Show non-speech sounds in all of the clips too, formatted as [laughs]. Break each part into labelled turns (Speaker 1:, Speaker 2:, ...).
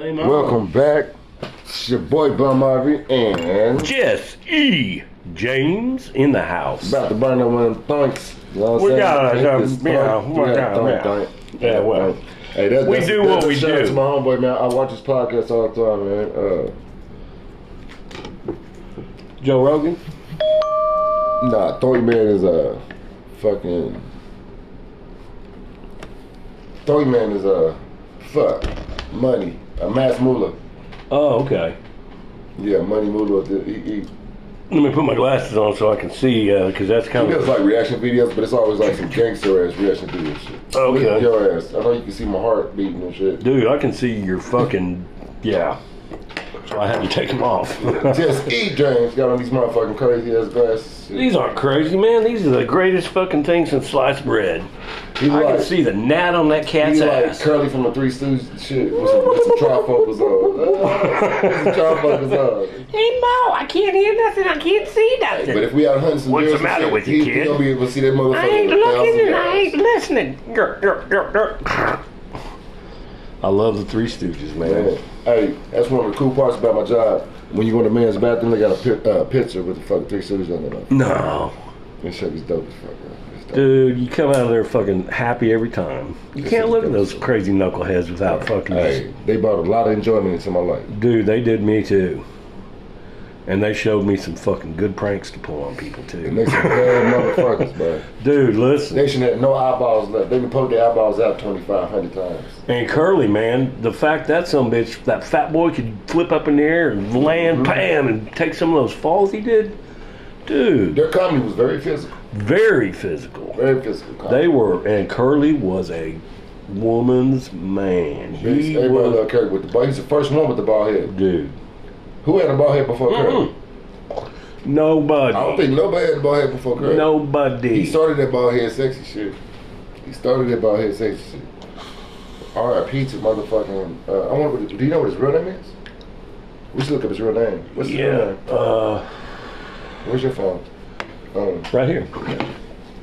Speaker 1: Welcome back. It's your boy Bum Harvey and
Speaker 2: Jess E. James in the house.
Speaker 1: about to burn up one of them thunks. You know what I'm
Speaker 2: We
Speaker 1: saying?
Speaker 2: got it,
Speaker 1: Thunk
Speaker 2: um,
Speaker 1: is
Speaker 2: yeah,
Speaker 1: thunk.
Speaker 2: we
Speaker 1: Yeah,
Speaker 2: got it, yeah.
Speaker 1: thunk, thunk.
Speaker 2: Yeah, well,
Speaker 1: thunk. Hey, that's,
Speaker 2: we
Speaker 1: that's-
Speaker 2: do
Speaker 1: that's
Speaker 2: what
Speaker 1: a
Speaker 2: we
Speaker 1: shout out
Speaker 2: do.
Speaker 1: To my homeboy, man. I watch his podcast all the time, man.
Speaker 2: Joe Rogan.
Speaker 1: Uh, nah, Thorny Man is a fucking. Thorny Man is a fuck money, a mass moolah.
Speaker 2: Oh, okay.
Speaker 1: Yeah, money moolah. He, he, he
Speaker 2: Let me put my glasses on so I can see, because that's kind
Speaker 1: does
Speaker 2: of.
Speaker 1: like reaction videos, but it's always like some gangster ass reaction video shit.
Speaker 2: Oh, Okay.
Speaker 1: Look at your ass. I know you can see my heart beating and shit.
Speaker 2: Dude, I can see your fucking. Yeah. So I had to take them
Speaker 1: [laughs]
Speaker 2: off.
Speaker 1: Just eat, James. Got on these motherfucking crazy ass glasses.
Speaker 2: These aren't crazy, man. These are the greatest fucking things since sliced bread.
Speaker 1: He
Speaker 2: I
Speaker 1: like,
Speaker 2: can see the gnat on that cat's
Speaker 1: he like
Speaker 2: ass.
Speaker 1: Curly from the Three Stooges and shit with some, with some
Speaker 2: [laughs]
Speaker 1: trifocals on. some trifocals on.
Speaker 2: Hey, Mo, I can't hear nothing. I can't see nothing.
Speaker 1: But if we out hunting some
Speaker 2: What's
Speaker 1: deers
Speaker 2: the matter
Speaker 1: and shit,
Speaker 2: with you,
Speaker 1: he,
Speaker 2: kid?
Speaker 1: He gonna be able to see that motherfucker.
Speaker 2: I ain't
Speaker 1: with a thousand
Speaker 2: looking and I
Speaker 1: yards.
Speaker 2: ain't listening. Grr, grr, grr, grr. I love the Three Stooges,
Speaker 1: Man, Hey, that's one of the cool parts about my job. When you go in the men's bathroom, they got a pi- uh, picture with the fucking Three Stooges on it.
Speaker 2: No.
Speaker 1: That shit is dope as fuck, man. It's dope.
Speaker 2: Dude, you come out of there fucking happy every time. You can't
Speaker 1: is
Speaker 2: look at
Speaker 1: dope.
Speaker 2: those crazy knuckleheads without fucking.
Speaker 1: Hey, they brought a lot of enjoyment into my life.
Speaker 2: Dude, they did me too. And they showed me some fucking good pranks to pull on people
Speaker 1: And
Speaker 2: too.
Speaker 1: they some bad motherfuckers, man.
Speaker 2: Dude, listen.
Speaker 1: They should have no eyeballs left. They can poke their eyeballs out 2,500 times.
Speaker 2: And Curly, man, the fact that some bitch, that fat boy could flip up in the air and
Speaker 1: Mm-hmm.
Speaker 2: land, pam, and take some of those falls he did. Dude,
Speaker 1: Their comedy was very physical.
Speaker 2: very physical.
Speaker 1: Very physical
Speaker 2: They
Speaker 1: comedy.
Speaker 2: were, and Curly was a woman's man.
Speaker 1: He's-
Speaker 2: He
Speaker 1: everybody
Speaker 2: was,
Speaker 1: loved Curry with the ball. He's the first one with the ball head.
Speaker 2: dude.
Speaker 1: Who had a ball head before Curry? I don't
Speaker 2: Nobody,
Speaker 1: think nobody had a ball head before Curry. He
Speaker 2: nobody.
Speaker 1: started that ball head sexy shit. He started that ball head sexy shit. R.I.P. to motherfucking. Uh, I wonder. Do you know what his real name is? We should look up his real name. What's his real
Speaker 2: Yeah,
Speaker 1: name?
Speaker 2: uh,
Speaker 1: Where's your phone? Um,
Speaker 2: right here.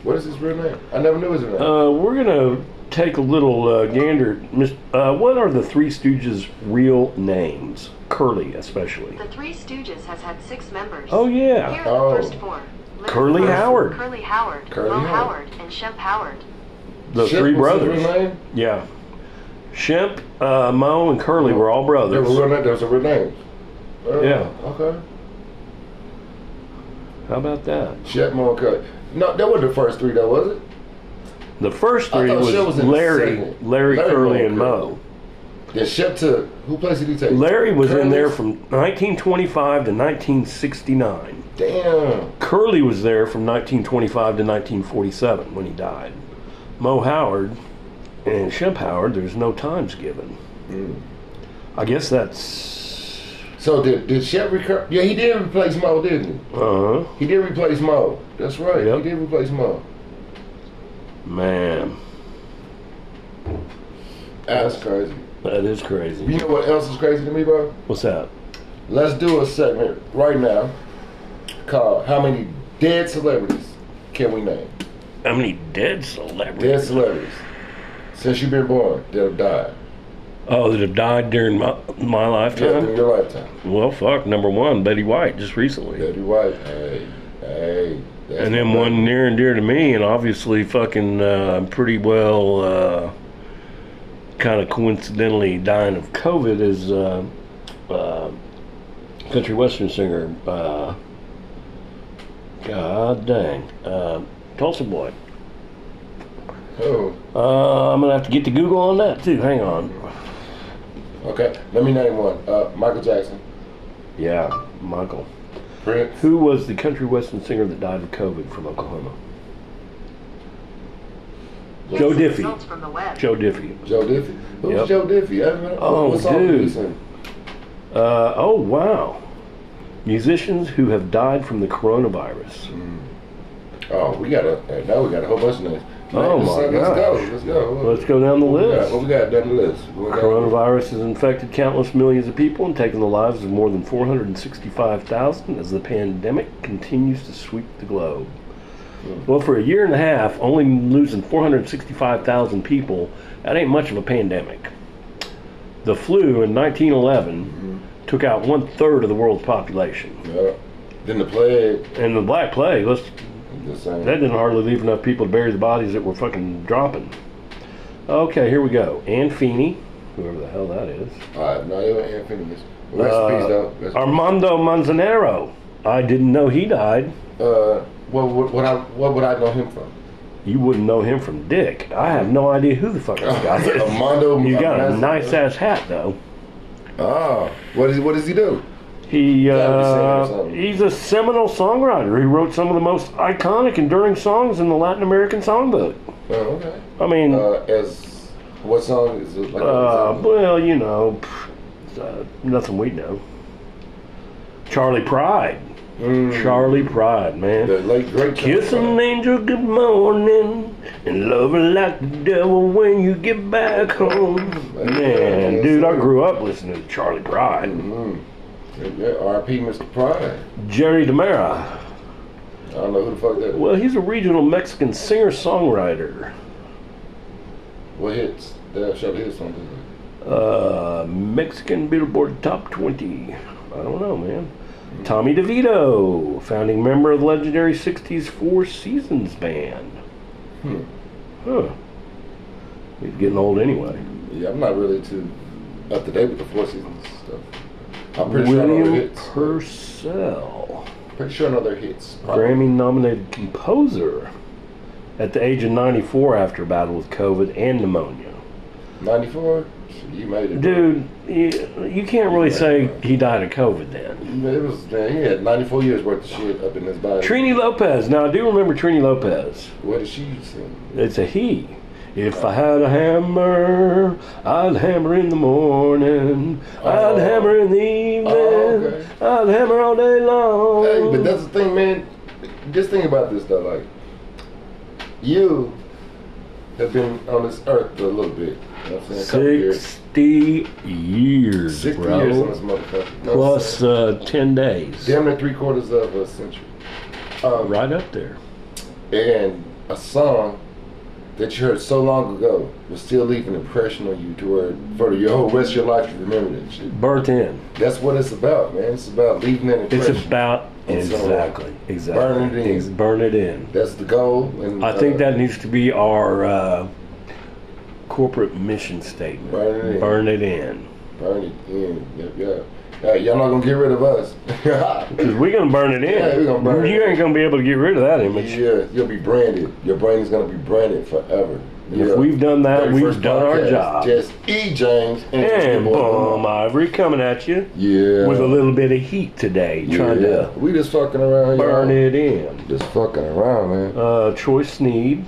Speaker 1: what is his real name? I never knew his real name.
Speaker 2: Uh, we're gonna take a little uh, gander. Mis- Uh, what are the Three Stooges' real names? Curly, especially.
Speaker 3: The Three Stooges has had six members.
Speaker 2: Oh yeah.
Speaker 3: Here are the
Speaker 1: Oh.
Speaker 3: first four. Leonard
Speaker 2: Curly
Speaker 3: Howard,
Speaker 2: Howard.
Speaker 3: Curly Howard,
Speaker 1: Curly
Speaker 3: Mo
Speaker 1: Howard.
Speaker 3: Howard, and Shemp Howard.
Speaker 2: The
Speaker 1: Shit,
Speaker 2: three
Speaker 1: what's his real
Speaker 2: brothers.
Speaker 1: name?
Speaker 2: Yeah. Shemp, uh, Mo, and Curly were all
Speaker 1: There was a
Speaker 2: brothers.
Speaker 1: real name. There was a real name. Uh,
Speaker 2: Yeah.
Speaker 1: Okay.
Speaker 2: How about that?
Speaker 1: Shep Moore Curry. No, that wasn't the first three though, was it?
Speaker 2: The first
Speaker 1: I
Speaker 2: three
Speaker 1: thought
Speaker 2: was,
Speaker 1: Shep was in the
Speaker 2: Larry,
Speaker 1: second.
Speaker 2: Larry,
Speaker 1: Larry
Speaker 2: Curly,
Speaker 1: Mo
Speaker 2: and
Speaker 1: Curly.
Speaker 2: Mo.
Speaker 1: Yeah, Shep took. Who place did he take?
Speaker 2: Larry was in there
Speaker 1: Curly's?
Speaker 2: from 1925 to 1969.
Speaker 1: Damn.
Speaker 2: Curly was there from 1925 to 1947 when he died. Mo Howard and Shemp Howard, there's no times given. Hmm. I guess that's.
Speaker 1: So did did Shep recur? Yeah, he did replace Mo, didn't he?
Speaker 2: Uh huh.
Speaker 1: He did replace Mo. That's right.
Speaker 2: Yep.
Speaker 1: He did replace Mo.
Speaker 2: Man,
Speaker 1: That's crazy.
Speaker 2: that is crazy.
Speaker 1: You know what else is crazy to me, bro?
Speaker 2: What's that?
Speaker 1: Let's do a segment right now called "How Many Dead Celebrities Can We Name?"
Speaker 2: How many dead
Speaker 1: Dead
Speaker 2: celebrities?
Speaker 1: celebrities since you've been born that have died
Speaker 2: Oh, that have died during my, my
Speaker 1: during
Speaker 2: lifetime?
Speaker 1: your lifetime.
Speaker 2: Well, fuck. Number one, Betty White, just recently.
Speaker 1: Betty White. Hey, hey. that's
Speaker 2: And then
Speaker 1: my-
Speaker 2: one near and dear to me, and obviously fucking uh, pretty well uh, kind of coincidentally dying of COVID is uh, uh, country western singer. Uh, God dang. Uh, Tulsa Boy.
Speaker 1: Oh.
Speaker 2: Uh, I'm going to have to get to Google on that too. Hang on.
Speaker 1: Okay, let me name one. Uh, Michael Jackson,
Speaker 2: Yeah, Michael.
Speaker 1: Prince,
Speaker 2: Who was the country western singer that died of COVID from Oklahoma?
Speaker 3: Here's
Speaker 2: Joe
Speaker 3: some
Speaker 2: Diffie.
Speaker 3: Results from the web.
Speaker 2: Joe Diffie.
Speaker 1: Joe Diffie. Who's
Speaker 2: Yep.
Speaker 1: Joe Diffie? I haven't heard-
Speaker 2: Oh,
Speaker 1: what song did he
Speaker 2: dude.
Speaker 1: sing?
Speaker 2: Uh, oh, wow. Musicians who have died from the coronavirus.
Speaker 1: Oh, we got a hey, now we got a whole bunch of names.
Speaker 2: Oh,
Speaker 1: let's,
Speaker 2: my
Speaker 1: let's
Speaker 2: God.
Speaker 1: go, let's go. What,
Speaker 2: Let's go down the
Speaker 1: what we got? What
Speaker 2: list.
Speaker 1: we got down the list? What we got?
Speaker 2: Coronavirus has infected countless millions of people and taken the lives of more than 465,000 as the pandemic continues to sweep the globe. Well, for a year and a half, only losing 465,000 people, that ain't much of a pandemic. The flu in 1911 took out one third of the world's population,
Speaker 1: Yeah. Then the plague,
Speaker 2: and the Black Plague. Let's
Speaker 1: the same.
Speaker 2: That didn't hardly leave enough people to bury the bodies that were fucking dropping. Okay, here we go. Ann Feeney, whoever the hell that is.
Speaker 1: All right, no, they were infamous. Rest in peace,
Speaker 2: Uh,
Speaker 1: though. Rest in
Speaker 2: Armando Manzanero. I didn't know he died.
Speaker 1: Uh, what would what I what would I know him from?
Speaker 2: You wouldn't know him from Dick. I have no idea who the fuck this
Speaker 1: [laughs]
Speaker 2: guy is.
Speaker 1: Armando
Speaker 2: You got a
Speaker 1: Manzanero.
Speaker 2: nice ass hat though.
Speaker 1: Oh, what is what does he do?
Speaker 2: He
Speaker 1: Gotta be singing or
Speaker 2: uh,
Speaker 1: something.
Speaker 2: he's a seminal songwriter. He wrote some of the most iconic, enduring songs in the Latin American songbook.
Speaker 1: Oh, okay.
Speaker 2: I mean,
Speaker 1: Uh, as what song is it? Like
Speaker 2: Uh,
Speaker 1: what is
Speaker 2: well, you know, pff, uh, nothing we know. Charlie Pride.
Speaker 1: it? Mm,
Speaker 2: Charlie Pride,
Speaker 1: the
Speaker 2: man.
Speaker 1: late great
Speaker 2: Kiss an angel good morning and love her like the devil when you get back home. Man, dude, I grew up listening to Charlie Pride.
Speaker 1: Mm, yeah, R.P. Mr. Pride.
Speaker 2: Jerry Demera.
Speaker 1: I don't know who the fuck that. What,
Speaker 2: Well, he's a regional Mexican singer songwriter.
Speaker 1: what hits? That show hits something.
Speaker 2: Uh, Mexican Billboard Top 20. I don't know, man. Tommy DeVito, founding member of the legendary 60s Four Seasons band.
Speaker 1: Hmm.
Speaker 2: Huh. He's getting old anyway.
Speaker 1: Yeah, I'm not really too up to date with the Four Seasons stuff. I'm pretty sure I know their
Speaker 2: William
Speaker 1: hits.
Speaker 2: Purcell,
Speaker 1: pretty sure I know their hits.
Speaker 2: Grammy nominated composer at the age of 94 after a battle with COVID and pneumonia.
Speaker 1: '94. You made it.
Speaker 2: Dude, you, you can't really say he died of COVID then.
Speaker 1: It was man, he had 94 years worth of shit up in his body.
Speaker 2: Trini Lopez. Now, I do remember Trini Lopez.
Speaker 1: What did she sing?
Speaker 2: It's a he. If I had a hammer, I'd hammer in the morning.
Speaker 1: Oh.
Speaker 2: I'd hammer in the evening.
Speaker 1: Oh, okay.
Speaker 2: I'd hammer all day long.
Speaker 1: Hey, but that's the thing, man. Just think about this though, like you have been on this earth for a little bit. You know what I'm saying? A couple years.
Speaker 2: 60 years,
Speaker 1: 60
Speaker 2: bro.
Speaker 1: years on this motherfucker. You know what I'm
Speaker 2: Plus
Speaker 1: saying?
Speaker 2: uh, 10 days.
Speaker 1: damn near three quarters of a century. Um,
Speaker 2: Right up there.
Speaker 1: And a song that you heard so long ago will still leave an impression on you to where for your whole rest of your life you remember that shit.
Speaker 2: Burnt in.
Speaker 1: That's what it's about, man. It's about leaving an
Speaker 2: It's
Speaker 1: impression.
Speaker 2: about.
Speaker 1: It's all-
Speaker 2: Exactly. Exactly.
Speaker 1: Burn it in.
Speaker 2: Ex- Burn it in.
Speaker 1: That's the goal. And
Speaker 2: I think
Speaker 1: uh,
Speaker 2: that needs to be our uh, corporate mission statement.
Speaker 1: Burn it in.
Speaker 2: Burn it in.
Speaker 1: Burn it in. Yep, yeah. Hey, y'all not gonna get rid of
Speaker 2: [laughs]
Speaker 1: us. yeah,
Speaker 2: Because we're going to burn it in.
Speaker 1: Yeah, we're gonna burn it
Speaker 2: you
Speaker 1: in.
Speaker 2: ain't going to be able to get rid of that image.
Speaker 1: you'll be branded. Your brain is gonna be branded forever.
Speaker 2: If
Speaker 1: Yeah.
Speaker 2: we've done that,
Speaker 1: 31st
Speaker 2: we've done our
Speaker 1: podcast.
Speaker 2: job.
Speaker 1: Just E James and,
Speaker 2: and
Speaker 1: your boy.
Speaker 2: boom, Ivory coming at you
Speaker 1: Yeah.
Speaker 2: with a little bit of heat today,
Speaker 1: yeah.
Speaker 2: trying to
Speaker 1: We just fucking around.
Speaker 2: burn
Speaker 1: y'all.
Speaker 2: it in.
Speaker 1: Just fucking around, man.
Speaker 2: Uh, Troy Sneed,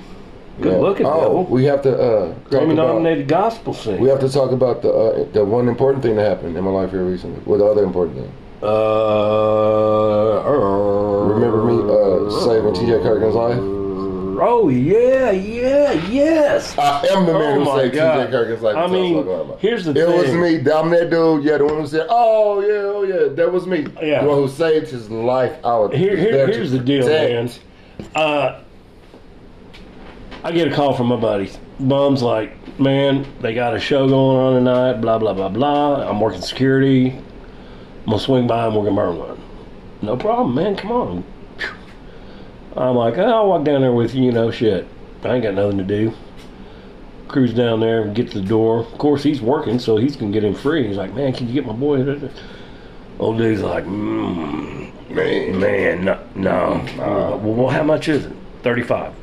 Speaker 2: good
Speaker 1: Yeah.
Speaker 2: looking
Speaker 1: Oh,
Speaker 2: though.
Speaker 1: we have to. uh talk
Speaker 2: Grammy
Speaker 1: about-
Speaker 2: nominated gospel singer.
Speaker 1: We have to talk about the uh, the one important thing that happened in my life here recently. What the other important thing?
Speaker 2: uh, er-
Speaker 1: Remember me uh, saving T.J. Kirkland's life?
Speaker 2: Oh yeah, yeah, yes.
Speaker 1: I am the man
Speaker 2: Oh,
Speaker 1: who
Speaker 2: my
Speaker 1: saved
Speaker 2: God.
Speaker 1: T.J. Kirk. It's like,
Speaker 2: I
Speaker 1: that's what
Speaker 2: mean,
Speaker 1: I'm talking about.
Speaker 2: here's the
Speaker 1: It was
Speaker 2: thing.
Speaker 1: me. I'm that dude. Yeah, the one who said, "Oh yeah, oh yeah, that was me."
Speaker 2: Yeah.
Speaker 1: The one who saved his life. I was
Speaker 2: Here,
Speaker 1: there
Speaker 2: here
Speaker 1: to
Speaker 2: here's the deal,
Speaker 1: protect.
Speaker 2: man. Uh, I get a call from my buddies. Bum's like, man, they got a show going on tonight. Blah blah blah blah. I'm working security. I'm gonna swing by and we're gonna burn one. No problem, man. Come on. I'm like, "Oh, I'll walk down there with you. You know, shit. I ain't got nothing to do. Cruise down there, get to the door. Of course, he's working, so he's gonna get in free. He's like, man, can you get my boy? Old dude's like, mmm.
Speaker 1: Man,
Speaker 2: Man, no, no.
Speaker 1: Uh,
Speaker 2: well, how much is it? Thirty-five.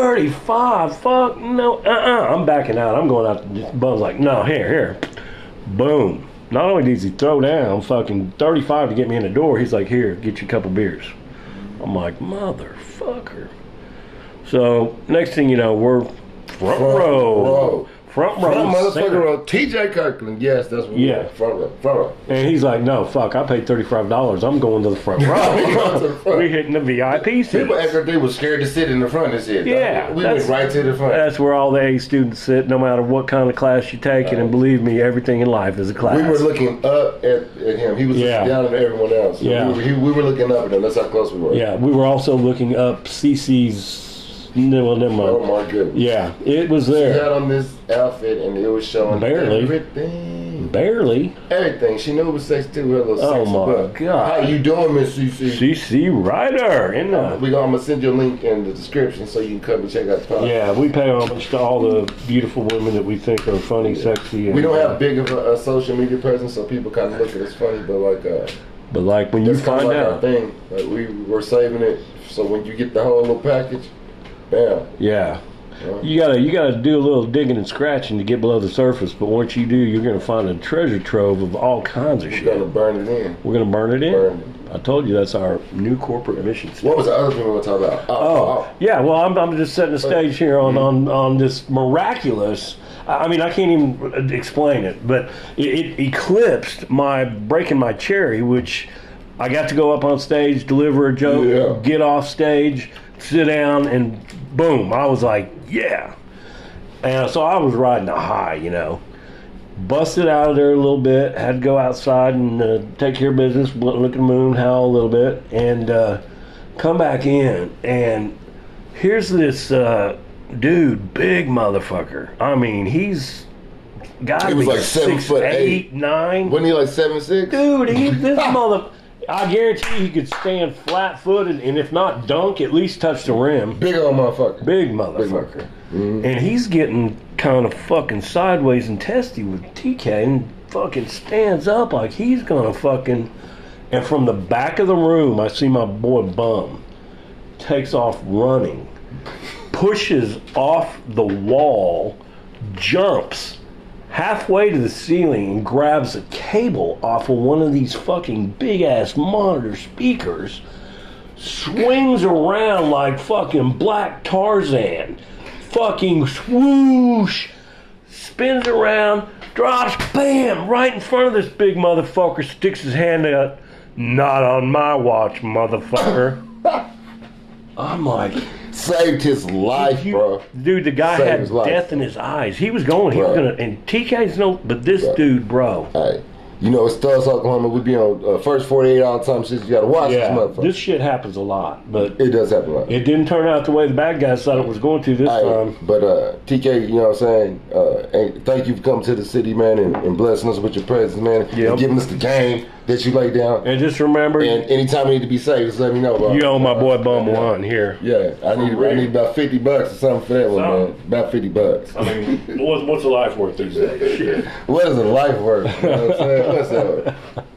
Speaker 2: Thirty-five? Fuck no. Uh-uh. I'm backing out. I'm going out. Bum's like, no, here, here. Boom. Not only does he throw down fucking thirty-five to get me in the door, he's like, here, get you a couple beers. I'm like, motherfucker. So next thing you know, we're front, row.
Speaker 1: row.
Speaker 2: Front row.
Speaker 1: Front
Speaker 2: center.
Speaker 1: motherfucker wrote T.J. Kirkland. Yes, that's what.
Speaker 2: Yeah.
Speaker 1: Front row. Front row.
Speaker 2: And he's like, no, fuck, I paid $35. I'm going to the front
Speaker 1: We going to the
Speaker 2: row. [laughs]
Speaker 1: front.
Speaker 2: we hitting the VIP seats.
Speaker 1: People after they were scared to sit in the front. They said,
Speaker 2: Yeah,
Speaker 1: we went
Speaker 2: that's-
Speaker 1: right to the front."
Speaker 2: That's where all the A students sit, no matter what kind of class you take. And believe me, everything in life is a class.
Speaker 1: we were looking up at, at him. He was
Speaker 2: Yeah.
Speaker 1: looking down at everyone else.
Speaker 2: Yeah.
Speaker 1: We were, he, we were looking up at him. That's how close we were.
Speaker 2: yeah, we were also looking up CC's. No, well, never
Speaker 1: Oh
Speaker 2: mind.
Speaker 1: my goodness.
Speaker 2: Yeah, it was
Speaker 1: He
Speaker 2: there.
Speaker 1: had on this outfit and it was showing
Speaker 2: Barely.
Speaker 1: everything.
Speaker 2: Barely.
Speaker 1: Everything. She knew it was sex too. Her little
Speaker 2: Oh,
Speaker 1: sex
Speaker 2: my
Speaker 1: butt.
Speaker 2: God.
Speaker 1: How you doing, Miss CC?
Speaker 2: CC Ryder. In the,
Speaker 1: we gonna I'm gonna send you a link in the description so you can come and check out the podcast.
Speaker 2: yeah, we pay homage to all the beautiful women that we think are funny, sexy. And,
Speaker 1: We don't have big of a, a social media person, so people kind of look at us funny. But like, uh,
Speaker 2: But like when you
Speaker 1: that's kind of
Speaker 2: find
Speaker 1: like our
Speaker 2: out,
Speaker 1: thing. Like we we're saving it, so when you get the whole little package, bam.
Speaker 2: yeah,
Speaker 1: Right.
Speaker 2: you gotta you gotta do a little digging and scratching to get below the surface. But once you do, you're gonna find a treasure trove of all kinds of
Speaker 1: We're
Speaker 2: shit.
Speaker 1: gonna burn it in.
Speaker 2: We're gonna burn it in.
Speaker 1: Burn it.
Speaker 2: I told you that's our new corporate mission. statement.
Speaker 1: What was the other thing we were talking about? Uh,
Speaker 2: Oh, yeah. Well, I'm, I'm just setting the stage here on, on, on this miraculous. I I mean, I can't even uh, explain it, but it, it eclipsed my breaking my cherry, which I got to go up on stage, deliver a joke,
Speaker 1: Yeah.
Speaker 2: get off stage, sit down, and boom! I was like, yeah. And so I was riding a high, you know. Busted out of there a little bit, had to go outside and uh, take care of business, went look at the moon, howl a little bit, and uh, come back in. And here's this uh, dude, big motherfucker. I mean, he's got
Speaker 1: He was like seven foot eight.
Speaker 2: nine.
Speaker 1: wasn't he like seven six?
Speaker 2: Dude,
Speaker 1: [laughs]
Speaker 2: he, this mother. I guarantee he could stand flat footed and if not dunk, at least touch the rim.
Speaker 1: Big old motherfucker.
Speaker 2: Big motherfucker. And he's getting kind of fucking sideways and testy with TK and fucking stands up like he's gonna fucking. And from the back of the room, I see my boy Bum takes off running, pushes off the wall, jumps halfway to the ceiling and grabs a cable off of one of these fucking big ass monitor speakers swings around like fucking black Tarzan. Fucking swoosh, spins around, drops, bam, right in front of this big motherfucker, sticks his hand out. Not on my watch,
Speaker 1: [coughs]
Speaker 2: motherfucker. I'm like,
Speaker 1: Saved his life,
Speaker 2: you-
Speaker 1: bro.
Speaker 2: dude, the guy
Speaker 1: Saved
Speaker 2: had
Speaker 1: his life.
Speaker 2: death in his eyes. He was going, he was
Speaker 1: Bro.
Speaker 2: gonna, and TK's no, but this
Speaker 1: Bro.
Speaker 2: dude, bro.
Speaker 1: Hey, you know, it's us, Oklahoma. We be on uh, first 48 all the time since you gotta watch this motherfucker.
Speaker 2: this shit happens a lot, but
Speaker 1: it does happen a lot.
Speaker 2: it didn't turn out the way the bad guys thought it was going to this
Speaker 1: Hey,
Speaker 2: time.
Speaker 1: but uh, TK, you know what I'm saying? Uh, and thank you for coming to the city, man, and, and blessing us with your presence, man.
Speaker 2: Yep.
Speaker 1: And giving us the game that you laid down.
Speaker 2: And just remember,
Speaker 1: And anytime you need to be saved, just let me know, bro.
Speaker 2: You owe my boy Bum one here.
Speaker 1: Yeah, I need I need about 50 bucks or something for that one,
Speaker 2: Something.
Speaker 1: man. About 50 bucks.
Speaker 2: I mean, what's, what's a life worth these days? Shit.
Speaker 1: What is a life worth? You know what I'm saying? What's that worth?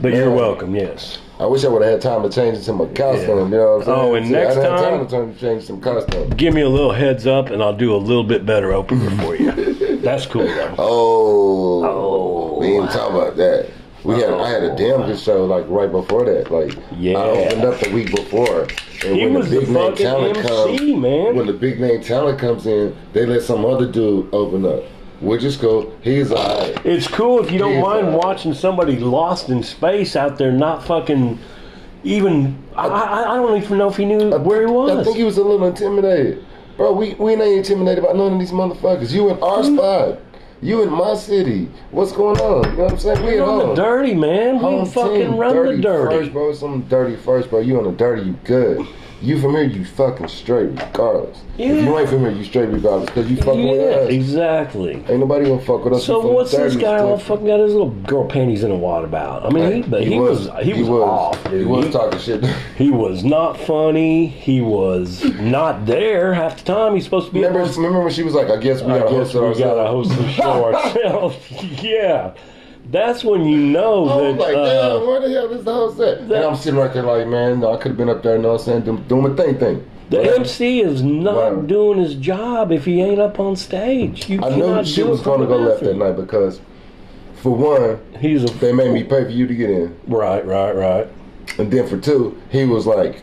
Speaker 2: But you're welcome. Yes.
Speaker 1: I wish I would have had time to change it to my costume. You know what I'm saying?
Speaker 2: Oh, and
Speaker 1: See, I
Speaker 2: next
Speaker 1: didn't have
Speaker 2: time-
Speaker 1: time to turn- change some costume.
Speaker 2: Give me a little heads up, and I'll do a little bit better opener for you. That's cool though.
Speaker 1: Oh,
Speaker 2: Oh.
Speaker 1: we didn't talk about that. We had I had a damn good show like right before that. Like
Speaker 2: Yeah.
Speaker 1: I opened up the week before. And
Speaker 2: He was the
Speaker 1: name
Speaker 2: fucking
Speaker 1: comes,
Speaker 2: MC, man.
Speaker 1: when the big name talent comes in, they let some other dude open up. Which is cool. He's alright.
Speaker 2: It's cool if you don't
Speaker 1: Yeah.
Speaker 2: mind watching somebody lost in space out there, not fucking even. I, I, I don't even know if he knew where he
Speaker 1: I
Speaker 2: was.
Speaker 1: think he was a little intimidated. Bro, we, we ain't intimidated by none of these motherfuckers. You in our
Speaker 2: Hmm.
Speaker 1: spot. You in my city. What's going on? You know what I'm saying? We at
Speaker 2: run the
Speaker 1: home.
Speaker 2: dirty, man.
Speaker 1: Home
Speaker 2: We fucking
Speaker 1: team,
Speaker 2: run the
Speaker 1: First,
Speaker 2: dirty.
Speaker 1: bro. Something dirty first, bro. You on the dirty, you good. You from here, you fucking straight regardless. If you
Speaker 2: Yeah.
Speaker 1: ain't from here, you straight regardless. Cause you fucking
Speaker 2: Yeah,
Speaker 1: with us.
Speaker 2: exactly.
Speaker 1: Ain't nobody gonna fuck with us.
Speaker 2: So
Speaker 1: You from the
Speaker 2: what's this
Speaker 1: dirty
Speaker 2: guy all
Speaker 1: stuff.
Speaker 2: fucking got his little girl panties in a wad about? I mean, he, but he, was, he was off, dude.
Speaker 1: He was talking shit. [laughs]
Speaker 2: He was not funny. He was not there half the time. He's supposed to be.
Speaker 1: remember,
Speaker 2: at most-
Speaker 1: remember when she was like, "I guess we
Speaker 2: I
Speaker 1: gotta
Speaker 2: guess
Speaker 1: host it
Speaker 2: we gotta
Speaker 1: ourselves."
Speaker 2: host the
Speaker 1: [laughs]
Speaker 2: show ourselves. [laughs] yeah, that's when you know
Speaker 1: I was
Speaker 2: that.
Speaker 1: like,
Speaker 2: uh,
Speaker 1: damn, Oh where the hell is the host at?
Speaker 2: that-
Speaker 1: and I'm sitting right there like, man, no, I could have been up there, you know what I'm saying, doing, doing my thing thing.
Speaker 2: the
Speaker 1: But
Speaker 2: MC is not
Speaker 1: Whatever.
Speaker 2: doing his job if he ain't up on stage. You
Speaker 1: I knew
Speaker 2: cannot
Speaker 1: she
Speaker 2: do
Speaker 1: was
Speaker 2: it
Speaker 1: going to
Speaker 2: from
Speaker 1: go
Speaker 2: the
Speaker 1: left that
Speaker 2: bathroom.
Speaker 1: night because, for one,
Speaker 2: He's a
Speaker 1: they made me pay for you to get in.
Speaker 2: right, right, right.
Speaker 1: And then for two, he was like,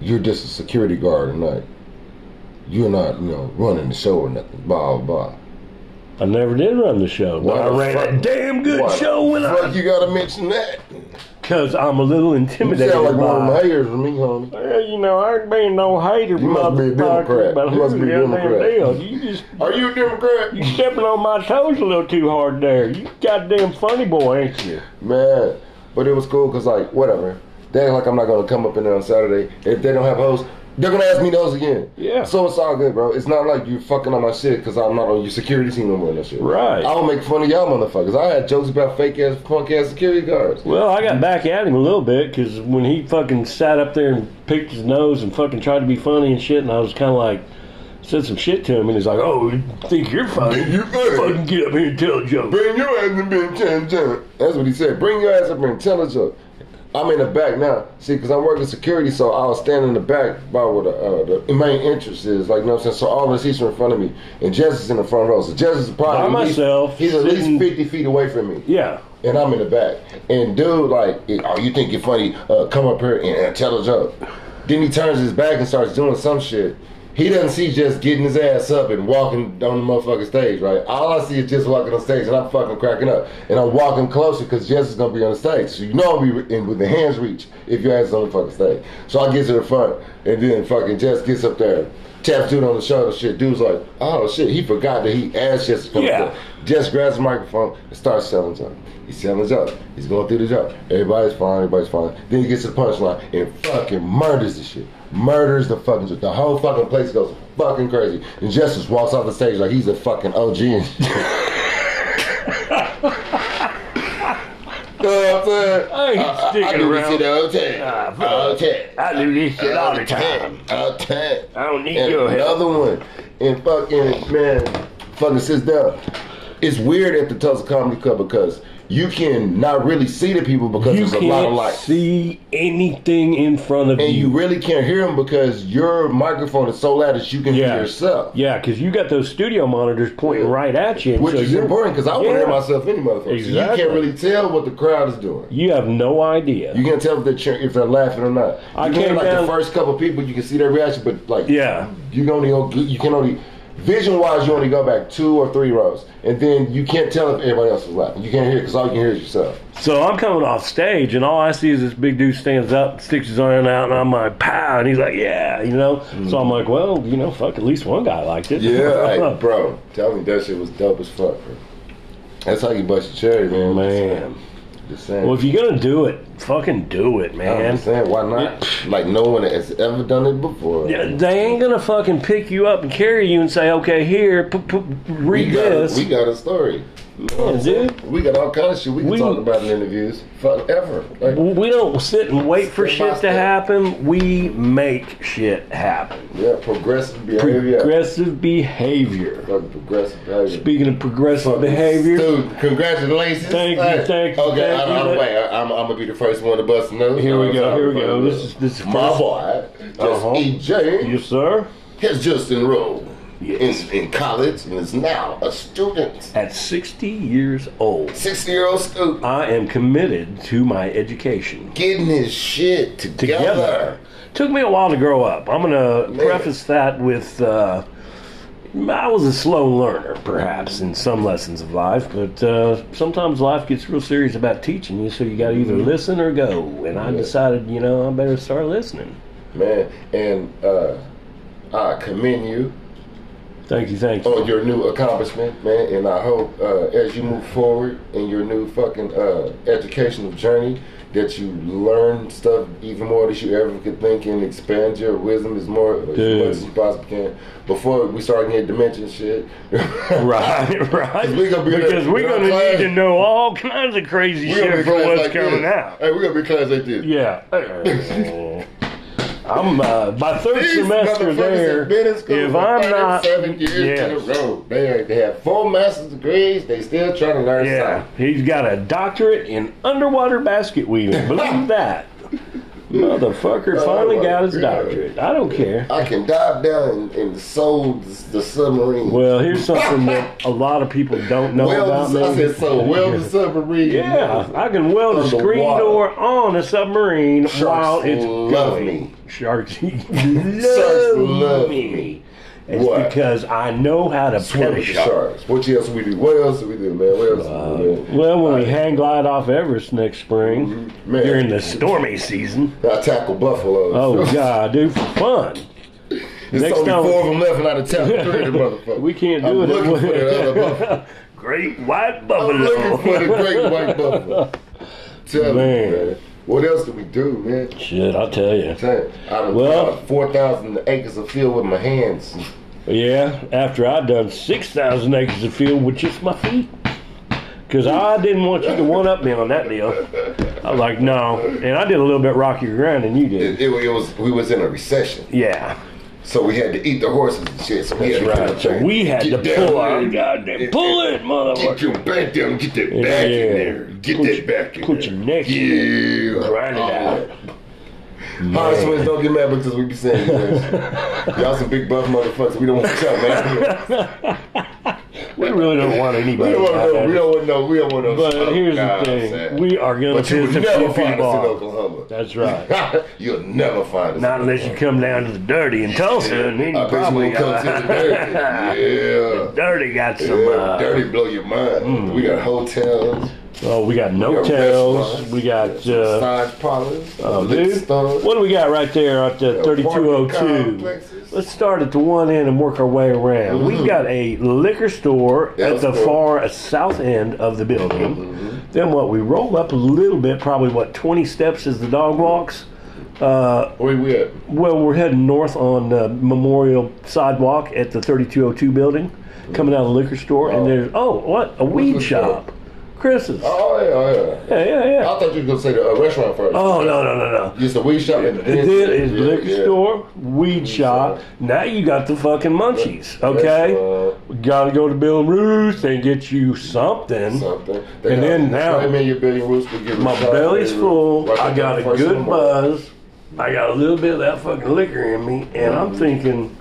Speaker 1: "You're just a security guard tonight. You're not, you know, running the show or nothing." Blah blah. blah.
Speaker 2: I never did run the show, but
Speaker 1: Why
Speaker 2: I
Speaker 1: the
Speaker 2: ran
Speaker 1: fuck-
Speaker 2: a damn good
Speaker 1: Why the
Speaker 2: show when I
Speaker 1: fuck you gotta mention that.
Speaker 2: Cause I'm a little
Speaker 1: You
Speaker 2: intimidated
Speaker 1: sound like one of
Speaker 2: by.
Speaker 1: my haters for me, homie.
Speaker 2: Well, you know, I ain't being no hater,
Speaker 1: You must be a
Speaker 2: motherfucker,
Speaker 1: Democrat.
Speaker 2: but
Speaker 1: You must
Speaker 2: here's
Speaker 1: be a
Speaker 2: the goddamn
Speaker 1: Democrat.
Speaker 2: deal. You just
Speaker 1: Are you a Democrat?
Speaker 2: you stepping on my toes a little too hard there. You goddamn funny boy, ain't you?
Speaker 1: Man, but it was cool because like whatever. They act like I'm not gonna come up in there on Saturday. If they don't have hosts, They're gonna ask me those again.
Speaker 2: Yeah.
Speaker 1: So it's all good, bro. It's not like you're fucking on my shit because I'm not on your security team no more and that shit.
Speaker 2: Right.
Speaker 1: I don't make fun of y'all motherfuckers. I had jokes about fake ass, punk ass security guards.
Speaker 2: Well, I got back at him a little bit because when he fucking sat up there and picked his nose and fucking tried to be funny and shit, and I was kind of like, said some shit to him, and he's like, "Oh, you think you're funny?
Speaker 1: You're funny."
Speaker 2: Fucking get up here and tell a joke."
Speaker 1: Bring your ass up here and tell a joke. That's what he said. Bring your ass up here and tell a joke. I'm in the back now. See, because I'm working security, so I'll stand in the back by where the, uh, the main entrance is. Like, you know what I'm saying? So all the seats are in front of me. And Jess is in the front row. So Jess is probably.
Speaker 2: By
Speaker 1: at least-
Speaker 2: myself,
Speaker 1: He's at
Speaker 2: sitting-
Speaker 1: least 50 feet away from me.
Speaker 2: Yeah,
Speaker 1: and I'm in the back. And dude, like, it- oh, you think you're funny? Uh, come up here and uh, tell a joke. Then he turns his back and starts doing some shit. He doesn't see just getting his ass up and walking on the motherfucking stage, right? All I see is just walking on stage, and I'm fucking cracking up. And I'm walking closer because Jess is gonna be on the stage, so you know I'm be in, with the hands reach if your ass is on the fucking stage. So I get to the front, and then fucking Jess gets up there, taps dude on the shoulder. Shit, dude's like, oh shit, he forgot that he asked Jess to come
Speaker 2: Yeah.
Speaker 1: up there. Just grabs the microphone and starts selling joke. He's selling joke. He's going through the joke. Everybody's fine. Everybody's fine. Then he gets to the punchline and fucking murders the shit. Murders the fucking joke. The whole fucking place goes fucking crazy. And Justice walks off the stage like he's a fucking OG. And shit. [laughs] you know what I'm saying? Uh,
Speaker 2: I ain't sticking
Speaker 1: do
Speaker 2: around.
Speaker 1: This shit all the time.
Speaker 2: Ah, fuck.
Speaker 1: All the time.
Speaker 2: I do this shit all the
Speaker 1: Uh,
Speaker 2: time.
Speaker 1: All the time
Speaker 2: I don't need
Speaker 1: and
Speaker 2: your help.
Speaker 1: another one. And fucking man, fucking sits down. It's weird at the Tulsa Comedy Club because you can not really see the people because
Speaker 2: You
Speaker 1: there's a lot of
Speaker 2: can't
Speaker 1: lights.
Speaker 2: see anything in front of
Speaker 1: and
Speaker 2: you.
Speaker 1: you really can't hear them because your microphone is so loud that you can
Speaker 2: yeah,
Speaker 1: hear yourself.
Speaker 2: Yeah, because you got those studio monitors pointing
Speaker 1: Yeah.
Speaker 2: right at you, and
Speaker 1: Which
Speaker 2: so
Speaker 1: is
Speaker 2: you're-
Speaker 1: important because I want to hear
Speaker 2: Yeah.
Speaker 1: myself any motherfucker. So
Speaker 2: Exactly.
Speaker 1: you can't really tell what the crowd is doing.
Speaker 2: You have no idea.
Speaker 1: You can't tell if they're cheering, if they're laughing or not.
Speaker 2: I
Speaker 1: You can hear,
Speaker 2: came
Speaker 1: like
Speaker 2: down-
Speaker 1: the first couple people, you can see their reaction, but like
Speaker 2: yeah,
Speaker 1: you can only go- you can only vision wise you only go back two or three rows, and then you can't tell if everybody else is laughing. You can't hear because all you can hear is yourself.
Speaker 2: So I'm coming off stage, and all I see is this big dude stands up, sticks his arm out, and I'm like, pow, and he's like, yeah, you know. So I'm like, well, you know, fuck, at least one guy liked it. [laughs]
Speaker 1: like, bro, tell me that shit was dope as fuck, bro. That's how you bust your cherry, man.
Speaker 2: Oh, man.
Speaker 1: Just saying.
Speaker 2: Well, if you're gonna do it, fucking do it,
Speaker 1: I
Speaker 2: man.
Speaker 1: understand why not? Like no one has ever done it before.
Speaker 2: Yeah, They ain't gonna fucking pick you up and carry you and say, okay, here, p- p- read
Speaker 1: we got a,
Speaker 2: this.
Speaker 1: we got a story.
Speaker 2: Man, dude,
Speaker 1: We got all kind of shit we can
Speaker 2: We-
Speaker 1: talk about in interviews forever. Like,
Speaker 2: we don't sit and wait for
Speaker 1: Step by
Speaker 2: shit to
Speaker 1: step.
Speaker 2: happen. We make shit happen.
Speaker 1: yeah, progressive behavior.
Speaker 2: Progressive behavior.
Speaker 1: Fucking progressive behavior.
Speaker 2: Speaking of progressive
Speaker 1: Fucking
Speaker 2: behavior.
Speaker 1: Dude, congratulations.
Speaker 2: Thank you, thank you,
Speaker 1: Okay,
Speaker 2: thank
Speaker 1: I'm,
Speaker 2: you.
Speaker 1: I'm, wait, I'm, I'm gonna be the first one to bust news.
Speaker 2: Here we go, here we go. This is- this is
Speaker 1: my
Speaker 2: first-
Speaker 1: boy. That's
Speaker 2: Uh-huh.
Speaker 1: EJ
Speaker 2: Yes, sir.
Speaker 1: has just enrolled
Speaker 2: Yes.
Speaker 1: in, in college and is now a student,
Speaker 2: At 60 years old,
Speaker 1: sixty year old student,
Speaker 2: I am committed to my education.
Speaker 1: getting his shit together.
Speaker 2: Together. Took me a while to grow up. I'm going to
Speaker 1: Man.
Speaker 2: preface that with uh, I was a slow learner, perhaps, in some lessons of life, but uh, sometimes life gets real serious about teaching you, so you got to either listen or go. And I
Speaker 1: Mm-hmm. Yeah.
Speaker 2: decided, you know, I better start listening.
Speaker 1: man. And uh, I commend you
Speaker 2: Thank you, thank you.
Speaker 1: on Oh, your new accomplishment, man. And I hope uh, as you move forward in your new fucking uh, educational journey that you learn stuff even more than you ever could think and expand your wisdom as more
Speaker 2: Dude.
Speaker 1: as much as you possibly can. Before we start getting dementia shit.
Speaker 2: [laughs] [laughs] Right, right.
Speaker 1: 'Cause we gonna be in a-
Speaker 2: because we're
Speaker 1: in a
Speaker 2: going to need
Speaker 1: class-
Speaker 2: to know all kinds of crazy
Speaker 1: [laughs] We gonna be
Speaker 2: shit for
Speaker 1: class
Speaker 2: what's
Speaker 1: like
Speaker 2: coming
Speaker 1: this.
Speaker 2: out.
Speaker 1: Hey, we're gonna be class like this.
Speaker 2: Yeah. [laughs] I'm uh, by third
Speaker 1: These
Speaker 2: semester
Speaker 1: motherfuckers
Speaker 2: there.
Speaker 1: have been in school
Speaker 2: If
Speaker 1: for
Speaker 2: I'm not,
Speaker 1: 37 years in a
Speaker 2: yeah,
Speaker 1: row, they, they have four master's degrees. They still trying to learn
Speaker 2: yeah,
Speaker 1: something.
Speaker 2: he's got a doctorate in underwater basket
Speaker 1: [laughs]
Speaker 2: weaving. Believe that,
Speaker 1: Oh,
Speaker 2: motherfucker finally got his
Speaker 1: Yeah.
Speaker 2: doctorate. I don't care.
Speaker 1: I can dive down and, and sold the submarine.
Speaker 2: Well, here's something that a lot of people don't know
Speaker 1: Well,
Speaker 2: about
Speaker 1: I
Speaker 2: me.
Speaker 1: said so. Well, the submarine.
Speaker 2: Yeah, I can weld a screen
Speaker 1: Underwater.
Speaker 2: door on a submarine
Speaker 1: Sharks
Speaker 2: while it's
Speaker 1: love
Speaker 2: going.
Speaker 1: me.
Speaker 2: Sharks [laughs]
Speaker 1: Sharks
Speaker 2: love
Speaker 1: love
Speaker 2: me.
Speaker 1: me.
Speaker 2: It's
Speaker 1: What?
Speaker 2: because I know how to
Speaker 1: Swim
Speaker 2: pet a
Speaker 1: with the
Speaker 2: shark.
Speaker 1: sharks. What else we do? What else do we do, man? What else do we do, man?
Speaker 2: Well, when we hang glide off Everest next spring
Speaker 1: Mm-hmm. Man.
Speaker 2: during the stormy season,
Speaker 1: I tackle buffaloes.
Speaker 2: oh
Speaker 1: [laughs]
Speaker 2: god, dude, for fun.
Speaker 1: There's
Speaker 2: next
Speaker 1: only
Speaker 2: time-
Speaker 1: four of them left, and I done tackled three of them
Speaker 2: [laughs]
Speaker 1: motherfuckers.
Speaker 2: We can't do
Speaker 1: I'm
Speaker 2: it.
Speaker 1: Looking for that other
Speaker 2: [laughs]
Speaker 1: buffalo.
Speaker 2: Great white
Speaker 1: I'm
Speaker 2: buffalo.
Speaker 1: looking for the great white buffalo. Tell me,
Speaker 2: Man.
Speaker 1: man. What else do we do, man?
Speaker 2: [laughs] Shit, I tell you.
Speaker 1: Say, I done
Speaker 2: Well-
Speaker 1: well, four thousand acres of field with my hands.
Speaker 2: Yeah, after I done 6,000 acres of field with just my feet. Because I didn't want you to one up me on that deal. I was like, no. And I did a little bit rockier ground than you
Speaker 1: It,
Speaker 2: did.
Speaker 1: it, it was we was in a recession,
Speaker 2: Yeah,
Speaker 1: so we had to eat the horses and shit. So we
Speaker 2: that's
Speaker 1: had to
Speaker 2: right. So we had to
Speaker 1: Get down
Speaker 2: pull our
Speaker 1: there.
Speaker 2: goddamn. Pull it,
Speaker 1: Get
Speaker 2: motherfucker.
Speaker 1: your back down. Get that back in there. Get
Speaker 2: Put
Speaker 1: that
Speaker 2: your-
Speaker 1: back in
Speaker 2: Put
Speaker 1: there.
Speaker 2: your neck in.
Speaker 1: Yeah.
Speaker 2: Grind it out.
Speaker 1: Honest ones don't get mad because we be
Speaker 2: [laughs]
Speaker 1: saying this. Y'all some big buff motherfuckers. We don't want y'all mad.
Speaker 2: We really don't want
Speaker 1: We
Speaker 2: anybody.
Speaker 1: don't want
Speaker 2: out
Speaker 1: no.
Speaker 2: there.
Speaker 1: We don't want no. We don't want no.
Speaker 2: But
Speaker 1: smoke.
Speaker 2: here's the
Speaker 1: Nah,
Speaker 2: thing:
Speaker 1: sad.
Speaker 2: we are going
Speaker 1: But
Speaker 2: to
Speaker 1: you
Speaker 2: piss
Speaker 1: would
Speaker 2: a
Speaker 1: never
Speaker 2: few
Speaker 1: find
Speaker 2: people
Speaker 1: us in
Speaker 2: off.
Speaker 1: Oklahoma.
Speaker 2: That's right.
Speaker 1: [laughs] You'll never find
Speaker 2: [laughs]
Speaker 1: us.
Speaker 2: Not unless you come down to the dirty in Tulsa, and then you
Speaker 1: I bet you
Speaker 2: probably
Speaker 1: won't come to
Speaker 2: [laughs]
Speaker 1: the dirty. Yeah.
Speaker 2: dirty got some.
Speaker 1: Yeah,
Speaker 2: uh, Mm.
Speaker 1: dirty blow your mind. We got hotels,
Speaker 2: Oh, we got no
Speaker 1: got
Speaker 2: tails.
Speaker 1: restaurants.
Speaker 2: We got. Uh,
Speaker 1: massage parlors,
Speaker 2: uh,
Speaker 1: liquor
Speaker 2: dude,
Speaker 1: stores.
Speaker 2: what do we got right there at the
Speaker 1: apartment
Speaker 2: 3202?
Speaker 1: complexes. Mm-hmm.
Speaker 2: Let's start at the one end and work our way around. We've got a liquor store
Speaker 1: That's
Speaker 2: at the
Speaker 1: cool.
Speaker 2: far uh, south end of the building.
Speaker 1: Mm-hmm.
Speaker 2: Then what? We roll up a little bit, probably what 20 steps as the dog walks. Uh,
Speaker 1: Where we at?
Speaker 2: Well, we're heading north on uh, Memorial Sidewalk at the 3202 building, coming out of the liquor store,
Speaker 1: Oh.
Speaker 2: and there's oh what a weed
Speaker 1: the store?
Speaker 2: shop, Chris's.
Speaker 1: Oh yeah, oh, yeah.
Speaker 2: Yeah, yeah,
Speaker 1: I
Speaker 2: yeah.
Speaker 1: thought you were gonna say the uh, restaurant first.
Speaker 2: Oh no, no, no, no.
Speaker 1: It's the weed shop and the
Speaker 2: It did is
Speaker 1: Yeah,
Speaker 2: liquor
Speaker 1: yeah.
Speaker 2: store, weed shop.
Speaker 1: shop.
Speaker 2: Now you got the fucking munchies. Okay,
Speaker 1: That's, uh,
Speaker 2: gotta go to Bill and Ruth and get you something.
Speaker 1: something. They
Speaker 2: And
Speaker 1: got
Speaker 2: then now-
Speaker 1: flame in your belly roots to give
Speaker 2: My
Speaker 1: it a shot.
Speaker 2: belly's full.
Speaker 1: Right
Speaker 2: I
Speaker 1: there
Speaker 2: got a
Speaker 1: first in the
Speaker 2: good
Speaker 1: morning.
Speaker 2: buzz. I got a little bit of that fucking liquor in me, and I'm
Speaker 1: Mm-hmm.
Speaker 2: thinking,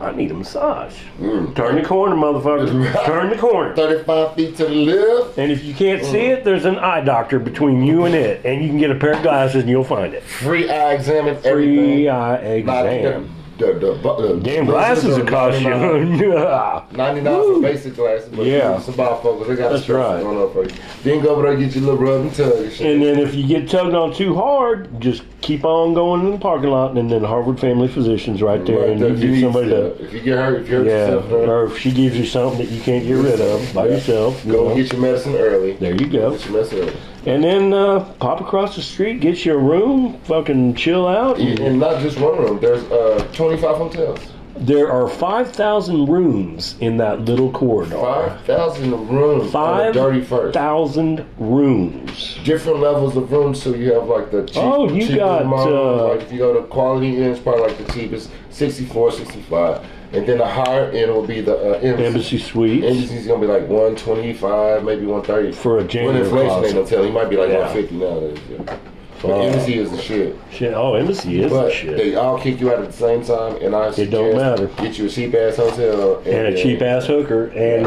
Speaker 2: I need a massage.
Speaker 1: Mm.
Speaker 2: Turn the corner, motherfucker. Turn the corner.
Speaker 1: Thirty-five feet to the left.
Speaker 2: And if you can't see
Speaker 1: Mm.
Speaker 2: it, there's an eye doctor between you and it, and you can get a pair of glasses and you'll find it.
Speaker 1: Free eye exam and everything.
Speaker 2: Free eye
Speaker 1: Not
Speaker 2: exam.
Speaker 1: The, the, the, the, the
Speaker 2: Damn glasses will cost you. [laughs] Yeah.
Speaker 1: Ninety nine for basic glasses, but
Speaker 2: Yeah.
Speaker 1: yeah, some bar folks they got
Speaker 2: That's
Speaker 1: stretchers
Speaker 2: right.
Speaker 1: going on for you. Then go over there and get your little rub and tug and shit.
Speaker 2: And then if you get tugged on too hard, just keep on going in the parking lot, and then the Harvard Family Physician's right there,
Speaker 1: Right
Speaker 2: and
Speaker 1: there,
Speaker 2: you
Speaker 1: if
Speaker 2: get
Speaker 1: need
Speaker 2: somebody to.
Speaker 1: If you get hurt, if you hurt
Speaker 2: Yeah,
Speaker 1: yourself, uh,
Speaker 2: or if she gives you something that you can't get rid of by
Speaker 1: Yeah.
Speaker 2: yourself, you
Speaker 1: go
Speaker 2: know.
Speaker 1: and get your medicine early.
Speaker 2: there you go.
Speaker 1: Get your medicine early.
Speaker 2: And then uh, pop across the street, get you a room, fucking chill out.
Speaker 1: And- And not just one room. There's uh, 25 hotels.
Speaker 2: There are 5,000 rooms in that little corridor.
Speaker 1: 5,000 rooms. on the dirty first.
Speaker 2: 5,000 rooms.
Speaker 1: Different levels of rooms, so you have like the cheap,
Speaker 2: Oh, you
Speaker 1: cheaper
Speaker 2: got,
Speaker 1: model.
Speaker 2: uh,
Speaker 1: like if you go to quality end, it's probably like the cheapest, 64, 65. And then the higher end will be the uh, embassy.
Speaker 2: Embassy Suites.
Speaker 1: Indies is gonna be like one twenty five, maybe one thirty
Speaker 2: For a
Speaker 1: When
Speaker 2: janitor
Speaker 1: inflation
Speaker 2: closet.
Speaker 1: ain't no telling, he might be like
Speaker 2: Yeah.
Speaker 1: one fifty nowadays. Yeah. But
Speaker 2: Wow.
Speaker 1: Embassy is the shit.
Speaker 2: Shit. Oh, Embassy is the
Speaker 1: But
Speaker 2: shit.
Speaker 1: they all kick you out at the same time, and I suggest
Speaker 2: don't matter.
Speaker 1: Get you a cheap ass hotel and,
Speaker 2: And a
Speaker 1: [laughs]
Speaker 2: cheap ass hooker. And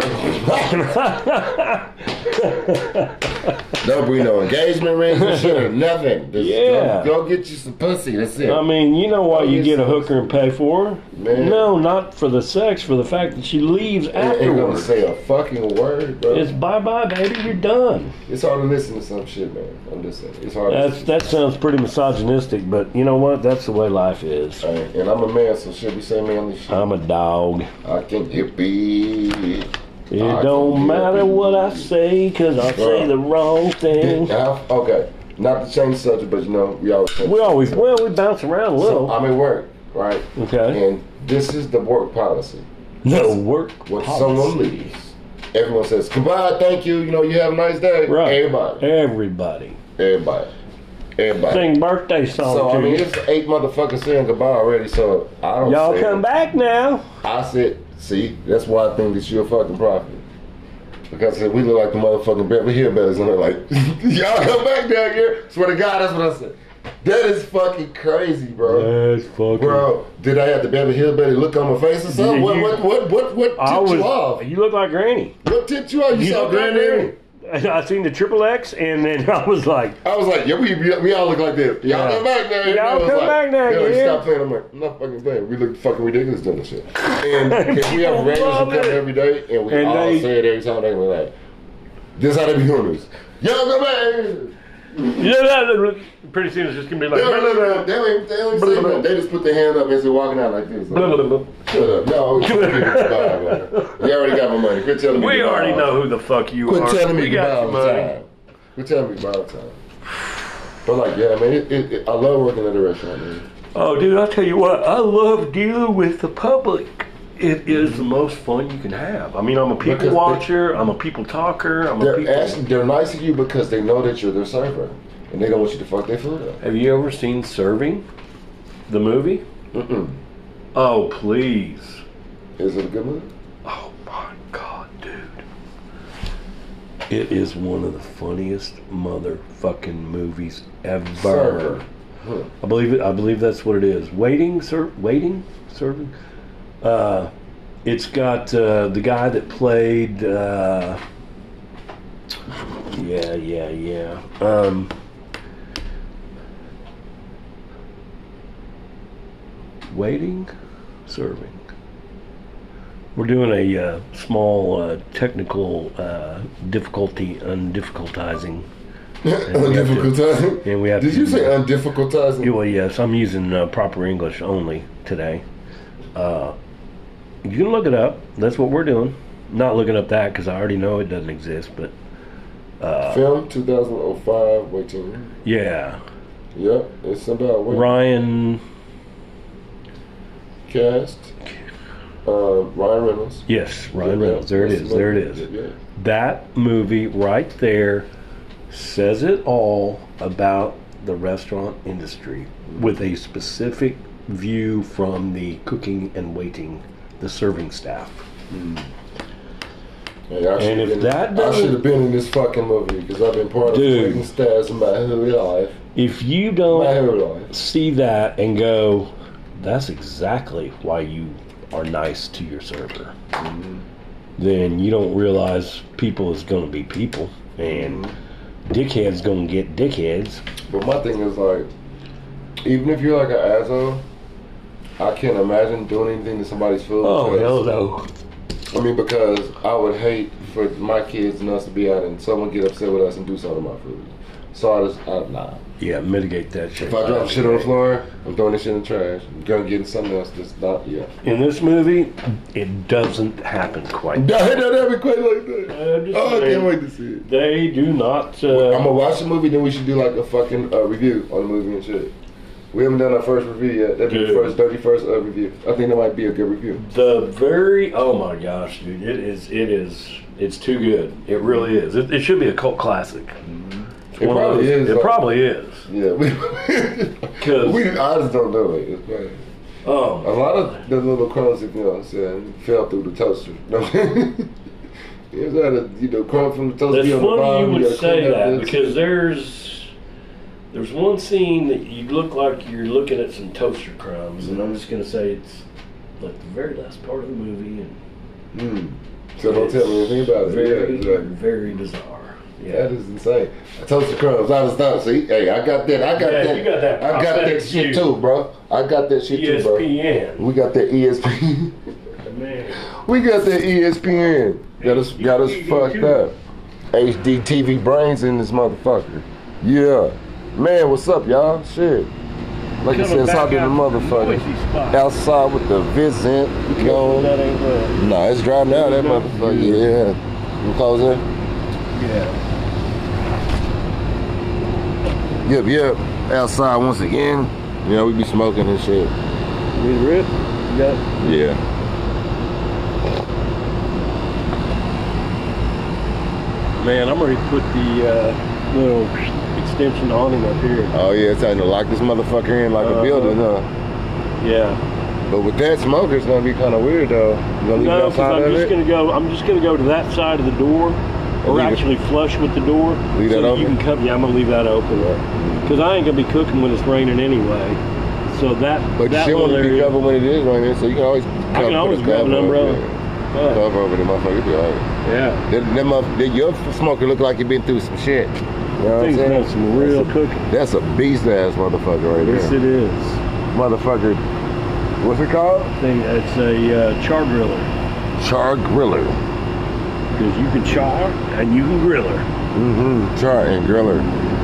Speaker 1: Don't bring no engagement rings and shit
Speaker 2: [laughs]
Speaker 1: or nothing. Just
Speaker 2: Yeah.
Speaker 1: go, go get you some pussy. That's it.
Speaker 2: I mean, you know why you
Speaker 1: yes.
Speaker 2: get a hooker and pay for her?
Speaker 1: Man.
Speaker 2: No, not for the sex, for the fact that she leaves
Speaker 1: I ain't gonna
Speaker 2: afterwards.
Speaker 1: say a fucking word, bro.
Speaker 2: It's
Speaker 1: It's,
Speaker 2: bye bye, baby. You're done.
Speaker 1: hard to listen to some shit, man. I'm just saying, it's hard.
Speaker 2: That's
Speaker 1: to
Speaker 2: that sounds pretty misogynistic, but you know what? That's the way life is.
Speaker 1: Hey, and I'm a man, so shit, we say manly shit.
Speaker 2: I'm a dog.
Speaker 1: I can get beat.
Speaker 2: It
Speaker 1: I
Speaker 2: don't
Speaker 1: can get
Speaker 2: matter what I
Speaker 1: beat.
Speaker 2: say, cause I say the wrong thing.
Speaker 1: Now, okay, not to change subject, but you know, we always.
Speaker 2: We always well, we bounce around a
Speaker 1: So
Speaker 2: little.
Speaker 1: I'm at work, right?
Speaker 2: Okay.
Speaker 1: And this is the work policy.
Speaker 2: No work.
Speaker 1: When
Speaker 2: policy.
Speaker 1: someone leaves, everyone says goodbye, thank you, you know, you have a nice day.
Speaker 2: Right.
Speaker 1: Everybody,
Speaker 2: Everybody.
Speaker 1: everybody, everybody.
Speaker 2: Sing birthday song
Speaker 1: so
Speaker 2: to
Speaker 1: I mean,
Speaker 2: you.
Speaker 1: it's eight motherfuckers saying goodbye already. So I don't.
Speaker 2: Y'all
Speaker 1: say
Speaker 2: come
Speaker 1: it.
Speaker 2: back now.
Speaker 1: I said, see, that's why I think that you're a fucking prophet. Because I said, we look like the motherfucking Beverly Hillbillies. And they're like, [laughs] y'all come back down here. Swear to God, that's what I said. That is fucking crazy, bro.
Speaker 2: That's fucking.
Speaker 1: Bro, did I have the Beverly Hillbilly look on my face or something?
Speaker 2: Yeah,
Speaker 1: what,
Speaker 2: you-
Speaker 1: what, what, what, what tipped
Speaker 2: I was.
Speaker 1: you off?
Speaker 2: You look like Granny.
Speaker 1: What tipped you off? You,
Speaker 2: You
Speaker 1: saw
Speaker 2: look like
Speaker 1: Granddaddy?
Speaker 2: Granny. I seen the triple X, and then [laughs] I was like,
Speaker 1: I was like, yeah, we, we, we all look like this. Y'all
Speaker 2: Yeah.
Speaker 1: come back now.
Speaker 2: Y'all
Speaker 1: I was
Speaker 2: come
Speaker 1: like,
Speaker 2: back now,
Speaker 1: they're Like,
Speaker 2: yeah.
Speaker 1: Stop playing. I'm like, I'm not fucking playing. We look fucking ridiculous doing this shit.
Speaker 2: [laughs]
Speaker 1: And 'cause we
Speaker 2: People
Speaker 1: have randoms
Speaker 2: love
Speaker 1: who come
Speaker 2: it.
Speaker 1: every day, and we
Speaker 2: And
Speaker 1: all
Speaker 2: they-
Speaker 1: say it every time. They were like, this how they be doing this. Y'all come back.
Speaker 2: yeah. Pretty soon it's just gonna be
Speaker 1: They don't, they
Speaker 2: like.
Speaker 1: don't, they don't, they don't say nothing. They just put their hand up as they're walking out like this. Like, Shut up. Y'all always tell me goodbye, man. You already got my money. Quit telling
Speaker 2: [laughs]
Speaker 1: me
Speaker 2: We
Speaker 1: goodbye.
Speaker 2: already know who the fuck you
Speaker 1: Quit
Speaker 2: are.
Speaker 1: telling me
Speaker 2: we got
Speaker 1: goodbye all
Speaker 2: your
Speaker 1: the
Speaker 2: money.
Speaker 1: time. Quit telling me goodbye all the time. But like, yeah, man, it, it, it- I love working at a restaurant, man.
Speaker 2: Oh, dude, I'll tell you what, I love dealing with the public. It is the most fun you can have. I mean, I'm a people
Speaker 1: Because they-
Speaker 2: watcher, I'm a people talker, I'm a
Speaker 1: They're
Speaker 2: people.
Speaker 1: asking, they're nice to you because they know that you're their server, and they don't want you to fuck their food up.
Speaker 2: have you ever seen Serving? The movie?
Speaker 1: Mm-mm.
Speaker 2: Oh, please.
Speaker 1: Is it a good movie?
Speaker 2: Oh my god, dude. It is one of the funniest motherfucking movies ever.
Speaker 1: Server.
Speaker 2: [laughs]
Speaker 1: Huh.
Speaker 2: I believe it. I believe that's what it is. Waiting, sir. Waiting, serving. Uh, it's got uh, the guy that played. Uh, yeah, yeah, yeah. Um, waiting, serving. We're doing a uh, small uh, technical uh, difficulty, undifficultizing.
Speaker 1: Undifficultizing.
Speaker 2: and we have
Speaker 1: Did
Speaker 2: to-
Speaker 1: you say undifficultizing?
Speaker 2: Yeah, Well, yes, I'm using uh, proper English only today. Uh, you can look it up. That's what we're doing. Not looking up that because I already know it doesn't exist. But
Speaker 1: Film 2005, waiting.
Speaker 2: yeah,
Speaker 1: Yep, it's about waiting.
Speaker 2: Ryan.
Speaker 1: Cast. Uh, Ryan Reynolds.
Speaker 2: Yes, Ryan Reynolds. There it is. There it is.
Speaker 1: Yeah.
Speaker 2: That movie right there says it all about the restaurant industry with a specific view from the cooking and waiting, the serving staff.
Speaker 1: Hey, I should've
Speaker 2: if
Speaker 1: been-
Speaker 2: that
Speaker 1: I
Speaker 2: doesn't-
Speaker 1: should have been in this fucking movie because I've been part
Speaker 2: Dude.
Speaker 1: of waiting stars in my whole life.
Speaker 2: If you don't.
Speaker 1: My whole life.
Speaker 2: see that and go, that's exactly why you are nice to your server. Mm-hmm. Then you don't realize people is going to be people and dickheads going to get dickheads.
Speaker 1: But my thing is like, even if you're like an asshole, I can't imagine doing anything to somebody's food.
Speaker 2: Oh,
Speaker 1: because-
Speaker 2: hell no.
Speaker 1: I mean, because I would hate for my kids and us to be out and someone get upset with us and do something to my food. So I just, I, nah.
Speaker 2: Yeah, mitigate that shit.
Speaker 1: If I drop shit on the floor, I'm throwing this shit in the trash. I'm going to get something else that's not, yeah. [laughs]
Speaker 2: In this movie, it doesn't happen quite.
Speaker 1: Nah, it don't happen quite like that.
Speaker 2: I'm just
Speaker 1: Oh, I
Speaker 2: saying,
Speaker 1: can't wait to see it.
Speaker 2: They do not.
Speaker 1: I'm
Speaker 2: Uh,
Speaker 1: gonna watch the movie, then we should do like a fucking uh, review on the movie and shit. We haven't done our first review yet. That'd be the
Speaker 2: Good.
Speaker 1: first, dirty first uh, review. I think that might be a good review.
Speaker 2: the very oh my gosh, dude! It is. It is. It's too good. It really is. It, it should be a cult classic.
Speaker 1: Mm-hmm. It
Speaker 2: One of
Speaker 1: probably
Speaker 2: those-
Speaker 1: is.
Speaker 2: It
Speaker 1: like-
Speaker 2: probably is.
Speaker 1: Yeah. [laughs] We,
Speaker 2: 'Cause-
Speaker 1: we, I just don't know it. It's crazy. A
Speaker 2: Um,
Speaker 1: lot of the little crumbs, if you know what I'm saying, fell through the toaster. [laughs] You know, had a, you know, crumb from the toaster.
Speaker 2: that's
Speaker 1: be on the
Speaker 2: funny
Speaker 1: bottom,
Speaker 2: you
Speaker 1: gotta
Speaker 2: would say
Speaker 1: clean up
Speaker 2: that
Speaker 1: this.
Speaker 2: because there's there's one scene that you look like you're looking at some toaster crumbs, and I'm just gonna say it's like the very last part of the movie, and
Speaker 1: Mm. So don't tell me anything about it.
Speaker 2: Very,
Speaker 1: Yeah, exactly.
Speaker 2: very bizarre.
Speaker 1: Yeah, that is insane. I toasted crumbs. I was not see. Hey, I got that. I got
Speaker 2: Yeah,
Speaker 1: that.
Speaker 2: you got that E
Speaker 1: I got
Speaker 2: prophetic
Speaker 1: that shit
Speaker 2: view.
Speaker 1: too, bro. I got that shit too, bro.
Speaker 2: ESPN.
Speaker 1: We got that E ESPN.
Speaker 2: Man,
Speaker 1: [laughs] we got that E ESPN. Got us, got us fucked up. HD TV brains in this motherfucker. Yeah, man. What's up, y'all? Shit. Like I said, it's out in the motherfucker. Outside with the Vincent. You know.
Speaker 2: That ain't right.
Speaker 1: Nah, it's dry now. That motherfucker. Yeah. You close it.
Speaker 2: Yeah.
Speaker 1: Yep, yep. Outside once again. You know, we be smoking and shit.
Speaker 2: You rip? You got
Speaker 1: Yeah.
Speaker 2: Man, I'm ready to put the uh, little extension on him up here.
Speaker 1: Oh, yeah, it's time to lock this motherfucker in like
Speaker 2: Uh-huh.
Speaker 1: a building, huh?
Speaker 2: Yeah.
Speaker 1: But with that smoker, it's gonna be kind of weird, though. You gonna leave it
Speaker 2: No,
Speaker 1: outside
Speaker 2: because I'm
Speaker 1: of
Speaker 2: just
Speaker 1: it?
Speaker 2: gonna go. I'm just gonna go to that side of the door, or
Speaker 1: Leave it-
Speaker 2: actually flush with the door,
Speaker 1: Leave
Speaker 2: so
Speaker 1: that
Speaker 2: you
Speaker 1: open?
Speaker 2: can come. Yeah, I'm gonna leave that open, because I ain't gonna be cooking when it's raining anyway. So that
Speaker 1: But you
Speaker 2: that
Speaker 1: still
Speaker 2: little
Speaker 1: want to be
Speaker 2: area,
Speaker 1: covered when it is raining, so you can always cover,
Speaker 2: I can always
Speaker 1: put a
Speaker 2: grab an
Speaker 1: cover over
Speaker 2: umbrella.
Speaker 1: it.
Speaker 2: But,
Speaker 1: Cover over the motherfucker, it'll be all right.
Speaker 2: yeah,
Speaker 1: That, that mother, that, your smoker look like he been through some shit. You know what I'm
Speaker 2: things done
Speaker 1: saying?
Speaker 2: some real cooking.
Speaker 1: That's a beast ass motherfucker right
Speaker 2: Yes,
Speaker 1: there.
Speaker 2: it is.
Speaker 1: Motherfucker, what's it called?
Speaker 2: Thing it's a uh, char griller
Speaker 1: Char griller.
Speaker 2: because you can char and you can griller.
Speaker 1: Mm-hmm. Char and Griller.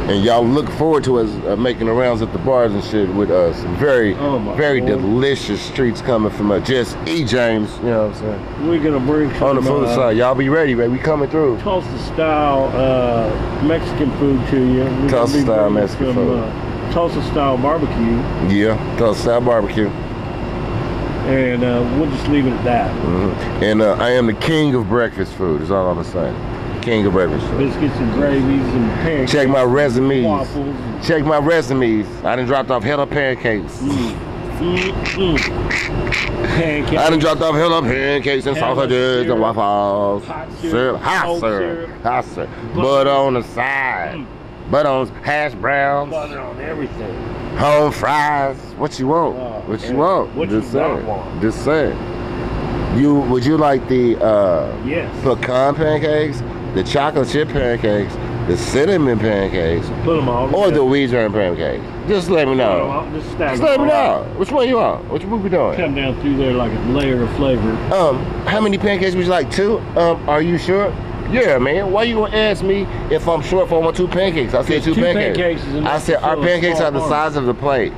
Speaker 1: And y'all look forward to us uh, making the rounds at the bars and shit with us. Very,
Speaker 2: Oh, my
Speaker 1: very
Speaker 2: Lord.
Speaker 1: delicious treats coming from us. Just E. James. You know what I'm saying?
Speaker 2: We're gonna bring some,
Speaker 1: On the food
Speaker 2: uh,
Speaker 1: side, y'all be ready, man. We coming through.
Speaker 2: Tulsa style uh, Mexican food to you. We're gonna
Speaker 1: Tulsa
Speaker 2: be
Speaker 1: style
Speaker 2: bringing
Speaker 1: Mexican
Speaker 2: some,
Speaker 1: food.
Speaker 2: Uh, Tulsa style barbecue,
Speaker 1: Yeah, Tulsa Style Barbecue.
Speaker 2: and uh, we'll just leave it at that.
Speaker 1: Mm-hmm. And uh, I am the king of breakfast food. Is all I'm saying. King of breakfast food.
Speaker 2: Biscuits and gravies and pancakes.
Speaker 1: Check my resumes.
Speaker 2: Waffles. and-
Speaker 1: Check my resumes. I done dropped off hella pancakes.
Speaker 2: Mm, mm. Pancakes.
Speaker 1: I done dropped off hella pancakes and
Speaker 2: Hella
Speaker 1: sausages
Speaker 2: syrup.
Speaker 1: and waffles.
Speaker 2: Hot syrup.
Speaker 1: Syrup. Hot
Speaker 2: Cold
Speaker 1: syrup.
Speaker 2: syrup.
Speaker 1: Hot syrup.
Speaker 2: Butter.
Speaker 1: Butter on the side.
Speaker 2: Mm.
Speaker 1: Butter on hash browns.
Speaker 2: butter on everything.
Speaker 1: Home fries. What you want?
Speaker 2: Wow.
Speaker 1: What you
Speaker 2: And
Speaker 1: want?
Speaker 2: um, Oh, what
Speaker 1: Just
Speaker 2: you not
Speaker 1: saying.
Speaker 2: want.
Speaker 1: Just saying. You would you like the uh,
Speaker 2: Yes.
Speaker 1: pecan pancakes, the chocolate chip pancakes, the cinnamon pancakes,
Speaker 2: Put them all.
Speaker 1: or the
Speaker 2: together.
Speaker 1: Weezer pancakes? Just let
Speaker 2: Put
Speaker 1: me
Speaker 2: 'em
Speaker 1: know.
Speaker 2: all- Just stack
Speaker 1: Just
Speaker 2: 'em
Speaker 1: let me
Speaker 2: all.
Speaker 1: know. Which one you want? Which one we doing?
Speaker 2: Come down through there like a layer of flavor.
Speaker 1: Um, how many pancakes would you like? Two? Um, are you sure? Yeah, man. Why you gonna ask me if I'm sure if I want two pancakes? I said
Speaker 2: Just
Speaker 1: two,
Speaker 2: two
Speaker 1: pancakes.
Speaker 2: pancakes is enough
Speaker 1: I said
Speaker 2: to
Speaker 1: our
Speaker 2: fill a
Speaker 1: pancakes
Speaker 2: small
Speaker 1: are the
Speaker 2: army."
Speaker 1: size of the plate.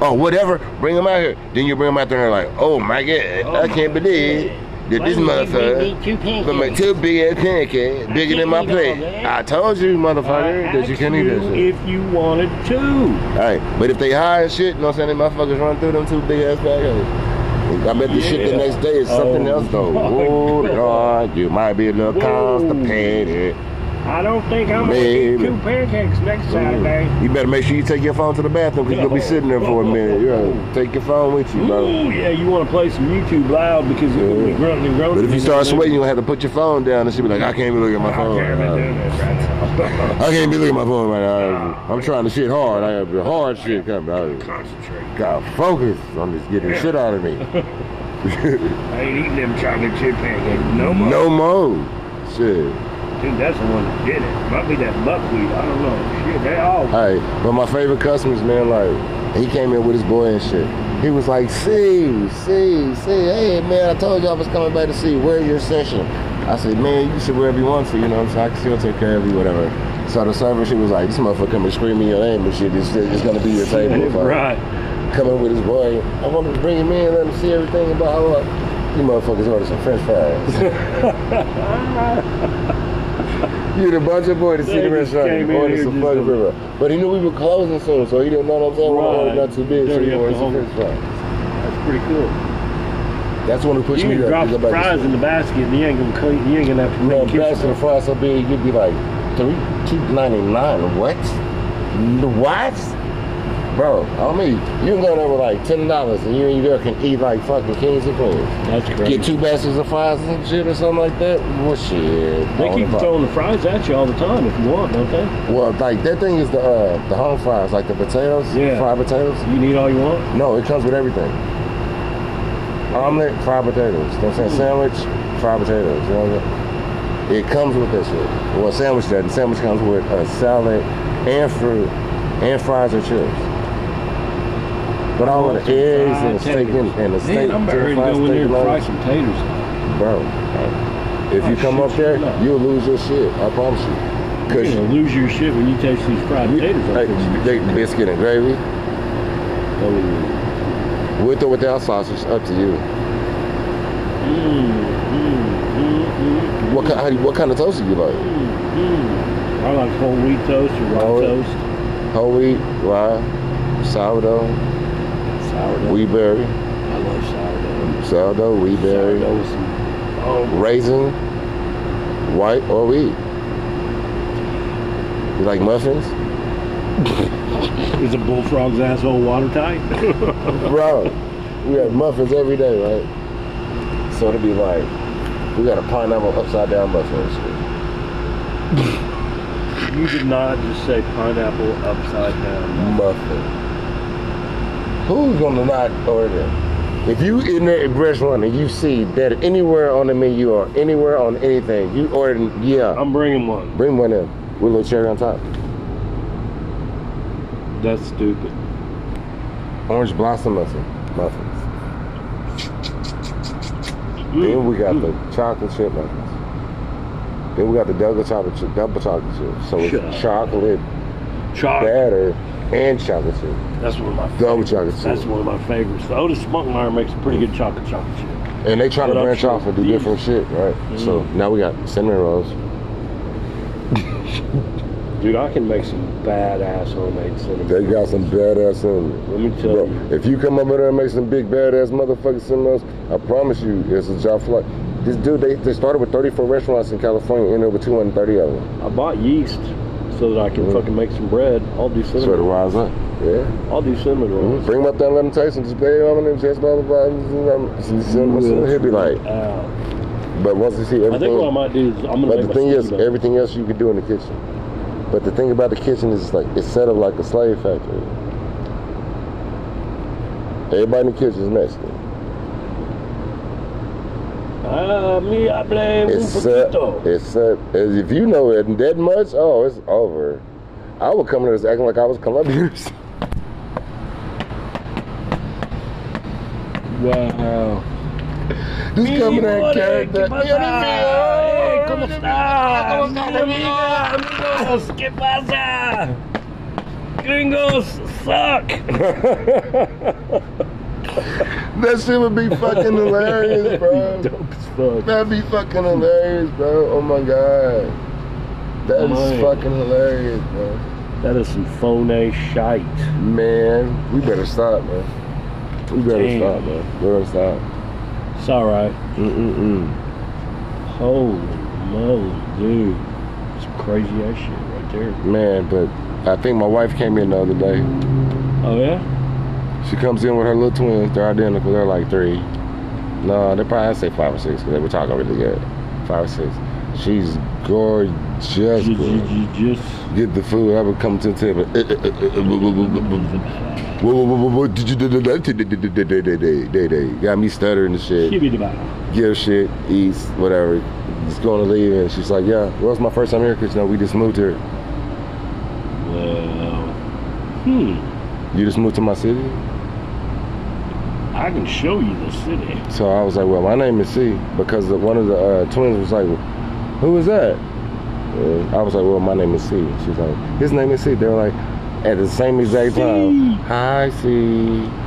Speaker 1: Oh, whatever. Bring them out here. Then you bring them out there and they're like, oh my god,
Speaker 2: Oh
Speaker 1: I can't
Speaker 2: my
Speaker 1: believe that
Speaker 2: Why
Speaker 1: this
Speaker 2: would you
Speaker 1: motherfucker.
Speaker 2: need two pancakes?
Speaker 1: But my two big ass pancakes,
Speaker 2: I
Speaker 1: bigger
Speaker 2: can't
Speaker 1: than my
Speaker 2: eat all
Speaker 1: plate.
Speaker 2: that.
Speaker 1: I told you, motherfucker,
Speaker 2: I
Speaker 1: that you
Speaker 2: asked
Speaker 1: can't eat that shit.
Speaker 2: If you wanted to.
Speaker 1: Alright, but if they high as shit, you know what I'm saying? They motherfuckers run through them two big ass pancakes. I bet the shit the
Speaker 2: Yeah.
Speaker 1: next day is something
Speaker 2: Oh,
Speaker 1: else though.
Speaker 2: my
Speaker 1: Oh
Speaker 2: God.
Speaker 1: Lord, you might be a little
Speaker 2: Whoa.
Speaker 1: constipated.
Speaker 2: I don't think I'm gonna eat
Speaker 1: Maybe.
Speaker 2: two pancakes next Saturday.
Speaker 1: You better make sure you take your phone to the bathroom because you'll be sitting there for a minute. You're right. Take your phone with you, bro.
Speaker 2: Ooh, yeah, you want to play some YouTube loud because you're gonna be
Speaker 1: Mm. Yeah.
Speaker 2: grunting and groaning.
Speaker 1: But if you
Speaker 2: in
Speaker 1: start
Speaker 2: there.
Speaker 1: sweating, you'll have to put your phone down and she'll be like, I can't be looking at my
Speaker 2: I
Speaker 1: phone.
Speaker 2: can't be doing
Speaker 1: Right now.
Speaker 2: this right [laughs] now.
Speaker 1: I can't be looking at my phone right now. I'm trying to shit hard. I have the hard shit coming. I
Speaker 2: Concentrate.
Speaker 1: gotta focus on this getting shit out of me.
Speaker 2: I ain't eating them chocolate chip pancakes no more.
Speaker 1: No more. Shit.
Speaker 2: Dude, that's the one that did it. Might be that buckwheat. I don't know. Shit, they all.
Speaker 1: Hey, but my favorite customers, man, like he came in with his boy and shit. He was like, see, see, see, hey man, I told you I was coming back to see. Where your session? I said, man, you should wherever you want to, you know what I'm saying? I can still take care of you, whatever. So the server, she was like, this motherfucker coming screaming your name and shit. It's, it's gonna be your table. if I
Speaker 2: right.
Speaker 1: Come in with his boy. I wanted to bring him in, let him see everything about what. You motherfuckers ordered some french
Speaker 2: [laughs]
Speaker 1: fries. you the bunch of boy to see
Speaker 2: They
Speaker 1: the
Speaker 2: just
Speaker 1: restaurant.
Speaker 2: came in
Speaker 1: You ordered
Speaker 2: here
Speaker 1: some
Speaker 2: just
Speaker 1: fucking
Speaker 2: to-
Speaker 1: french fries. But he knew we were closing soon, so he didn't know what I'm saying. Well,
Speaker 2: Right.
Speaker 1: not too big, so
Speaker 2: Dirty
Speaker 1: he
Speaker 2: up
Speaker 1: ordered
Speaker 2: the
Speaker 1: some
Speaker 2: whole-
Speaker 1: french fries.
Speaker 2: That's pretty cool.
Speaker 1: That's when he pushed
Speaker 2: You
Speaker 1: me
Speaker 2: can
Speaker 1: up.
Speaker 2: drop
Speaker 1: He's
Speaker 2: the
Speaker 1: about to
Speaker 2: fries
Speaker 1: say,
Speaker 2: in the basket and you ain't gonna clean, you ain't gonna have to
Speaker 1: No,
Speaker 2: clean
Speaker 1: bags of the fries so big, you'd be like, three, two ninety nine. What? N- What? Bro, I mean, you can go there with like ten dollars, and you and your girl can eat like fucking kings and queens.
Speaker 2: That's crazy.
Speaker 1: Get two baskets of fries and shit or something like that. Well, shit.
Speaker 2: They
Speaker 1: all
Speaker 2: keep
Speaker 1: about-
Speaker 2: throwing the fries at you all the time if you want, don't they?
Speaker 1: Well, like that thing is the uh, the home fries, like the potatoes,
Speaker 2: Yeah.
Speaker 1: fried potatoes.
Speaker 2: You can eat all you want.
Speaker 1: No, it comes with everything. Omelet, fried potatoes. You know what
Speaker 2: Hmm.
Speaker 1: I'm saying? Sandwich, fried potatoes. You know what I'm saying? It comes with that shit. Well, sandwich doesn't. Sandwich comes with a salad and fruit and fries and chips. But I want the eggs and the steak and, and the steak.
Speaker 2: Man, I'm about
Speaker 1: chicken
Speaker 2: ready to go in there and
Speaker 1: fried steak and all
Speaker 2: fry
Speaker 1: that.
Speaker 2: some taters.
Speaker 1: Bro, if you
Speaker 2: Oh,
Speaker 1: come
Speaker 2: shit,
Speaker 1: up there,
Speaker 2: shit, no.
Speaker 1: you'll lose your shit. I promise you.
Speaker 2: You're
Speaker 1: Cause
Speaker 2: gonna lose your shit when you taste these fried
Speaker 1: you,
Speaker 2: taters. up there.
Speaker 1: hey, they- biscuit and gravy,
Speaker 2: Oh.
Speaker 1: with or without sausage, up to you.
Speaker 2: Mm, mm, mm, mm,
Speaker 1: What kind? How, do you- what kind of toast do you like?
Speaker 2: mm, mm. I like whole wheat toast or rye
Speaker 1: Whole-
Speaker 2: toast.
Speaker 1: Whole wheat, rye, sourdough,
Speaker 2: Sourdough.
Speaker 1: wheat berry,
Speaker 2: I love sourdough.
Speaker 1: sourdough, wheat berry,
Speaker 2: Sourdough with some. Oh,
Speaker 1: raisin, white or wheat. You like muffins,
Speaker 2: is a bullfrog's asshole watertight? [laughs]
Speaker 1: bro? We have muffins every day, right? So it'd be like we got a pineapple upside down muffin. and shit.
Speaker 2: you did not just say pineapple upside down.
Speaker 1: muffin. Who's gonna not order them? If you in there at restaurant and you see that anywhere on the menu or anywhere on anything, you order, yeah,
Speaker 2: I'm bringing one.
Speaker 1: bring one in with a little cherry on top.
Speaker 2: That's stupid.
Speaker 1: Orange blossom muffin, muffins.
Speaker 2: Mm,
Speaker 1: Then we got the chocolate chip muffins. Then we got the double chocolate chip, double chocolate chip. So
Speaker 2: Shut
Speaker 1: it's
Speaker 2: up.
Speaker 1: chocolate
Speaker 2: Chocolate.
Speaker 1: batter and chocolate chip.
Speaker 2: That's one of my.
Speaker 1: Double chocolate chip.
Speaker 2: That's one of my favorites. The Otis Spunkmeyer makes a pretty good chocolate chocolate chip.
Speaker 1: And they try to
Speaker 2: But I'm Mm-hmm.
Speaker 1: branch
Speaker 2: sure
Speaker 1: off and do
Speaker 2: these-
Speaker 1: different shit, right? So now we got cinnamon rolls.
Speaker 2: Dude, I can make some badass homemade cinnamon.
Speaker 1: They got some badass cinnamon.
Speaker 2: Let me tell
Speaker 1: Bro,
Speaker 2: you.
Speaker 1: if you come over there and make some big badass motherfucking cinnamon rolls, I promise you, it's a job for life. This dude, they, they started with 34 restaurants in California, ended up with 230 of them.
Speaker 2: I bought yeast so that I can
Speaker 1: Mhm.
Speaker 2: fucking make some bread. I'll do
Speaker 1: So to
Speaker 2: cinnamon.
Speaker 1: rise up. Yeah.
Speaker 2: I'll do cinnamon rolls.
Speaker 1: Bring them up there and let them taste them. Just play on them. Just blah, blah, blah. blah, blah, blah. See, see, Mm-hmm. what's-
Speaker 2: Will
Speaker 1: He'll be like,
Speaker 2: out.
Speaker 1: but once you see
Speaker 2: I think what I
Speaker 1: everything,
Speaker 2: might do is I'm gonna.
Speaker 1: but
Speaker 2: make
Speaker 1: the
Speaker 2: my
Speaker 1: thing is,
Speaker 2: cookie dough.
Speaker 1: everything else you can do in the kitchen. But the thing about the kitchen is it's like it's set up like a slave factory. Everybody in the kitchen is Mexican.
Speaker 2: Ah, me, I blame
Speaker 1: It's
Speaker 2: un
Speaker 1: set.
Speaker 2: poquito.
Speaker 1: It's set. as If you know it that much, oh, it's over. I would come in there acting like I was Colombian. [laughs] or something.
Speaker 2: Wow.
Speaker 1: Just come in there and carry
Speaker 2: ¿Qué
Speaker 1: that.
Speaker 2: pasa?
Speaker 1: You know what I mean?
Speaker 2: Hey, ¿Cómo estás? Amiga, amigos, ¿qué pasa? Gringos suck.
Speaker 1: That shit would be fucking
Speaker 2: [laughs]
Speaker 1: hilarious, bro.
Speaker 2: That'd be dope as fuck.
Speaker 1: That'd be fucking hilarious, bro. Oh my god. That is
Speaker 2: Man.
Speaker 1: fucking hilarious, bro.
Speaker 2: That is some phone ass shite.
Speaker 1: Man, we better stop, man. We better
Speaker 2: Damn.
Speaker 1: stop, man. We better stop.
Speaker 2: It's alright.
Speaker 1: Mm-mm-mm.
Speaker 2: Holy moly, dude. Some crazy ass shit right there.
Speaker 1: Man, but I think my wife came in the other day.
Speaker 2: Oh, yeah?
Speaker 1: She comes in with her little twins. They're identical. They're like three. No, they probably I'd say five or six because they were talking really good. Five or six. She's gorgeous.
Speaker 2: Ju-
Speaker 1: bro.
Speaker 2: ju- ju- Just.
Speaker 1: Get the food. I would come to the table. Eh, Whoa, whoa, whoa, whoa, whoa. Did you do that today? Got me stuttering and shit.
Speaker 2: Give me the bottle.
Speaker 1: Give shit, eats, whatever. Just going to leave, and she's like, "Yeah, well, it's my first time here, cause you know we just moved here.
Speaker 2: Well. Hmm.
Speaker 1: You just moved to my city."
Speaker 2: I can show you the city.
Speaker 1: So I was like, "Well, my name is C," because the, one of the uh, twins was like, "Who is that?" And I was like, "Well, my name is C." She's like, "His name is C." They were like, at the same exact
Speaker 2: C.
Speaker 1: time, "Hi, C,"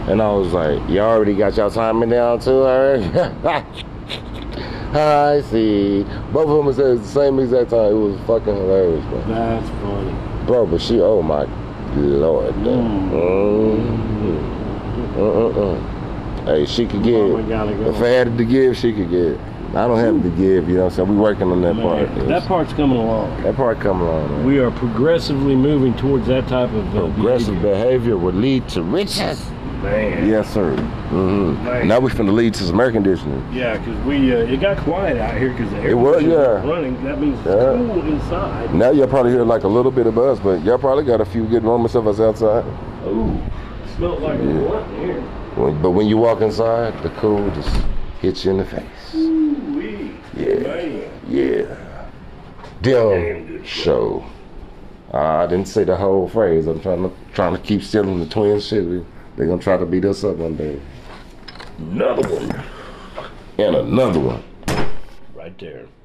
Speaker 1: and I was like, "Y'all already got y'all timing down too, already." [laughs] Hi, C. Both of them was at the same exact time. It was fucking hilarious, bro.
Speaker 2: That's funny.
Speaker 1: Bro, but she, oh my lord.
Speaker 2: Mm.
Speaker 1: Mm. Uh-uh-uh. Mm-hmm. Hey, she could give.
Speaker 2: Mama gotta go.
Speaker 1: If I had it to give, she could give. I don't have it to give, you know what I'm saying? We working on that
Speaker 2: Man,
Speaker 1: part.
Speaker 2: that
Speaker 1: It's-
Speaker 2: part's coming along.
Speaker 1: that part come along, man.
Speaker 2: We are progressively moving towards that type of uh,
Speaker 1: Aggressive
Speaker 2: behavior.
Speaker 1: behavior would lead to riches.
Speaker 2: man.
Speaker 1: Yes, sir.
Speaker 2: Man.
Speaker 1: Mm-hmm. Now we finna lead to some air conditioning.
Speaker 2: Yeah, because we uh, it got quiet out here because the air
Speaker 1: It was,
Speaker 2: conditioner's
Speaker 1: yeah.
Speaker 2: running. That means it's
Speaker 1: Yeah.
Speaker 2: cool inside.
Speaker 1: Now y'all probably hear like a little bit of us, but y'all probably got a few good moments of us outside.
Speaker 2: Ooh, smells like
Speaker 1: Yeah.
Speaker 2: a blunt in here.
Speaker 1: When- But when you walk inside, the cold just hits you in the face.
Speaker 2: Ooh-wee.
Speaker 1: Yeah.
Speaker 2: Man.
Speaker 1: Yeah.
Speaker 2: Damn
Speaker 1: Damn
Speaker 2: good
Speaker 1: show. Uh, I didn't say the whole phrase. I'm trying to trying to keep stealing the twin shit. We- They gonna try to beat us up one day.
Speaker 2: Another one.
Speaker 1: And another one.
Speaker 2: Right there.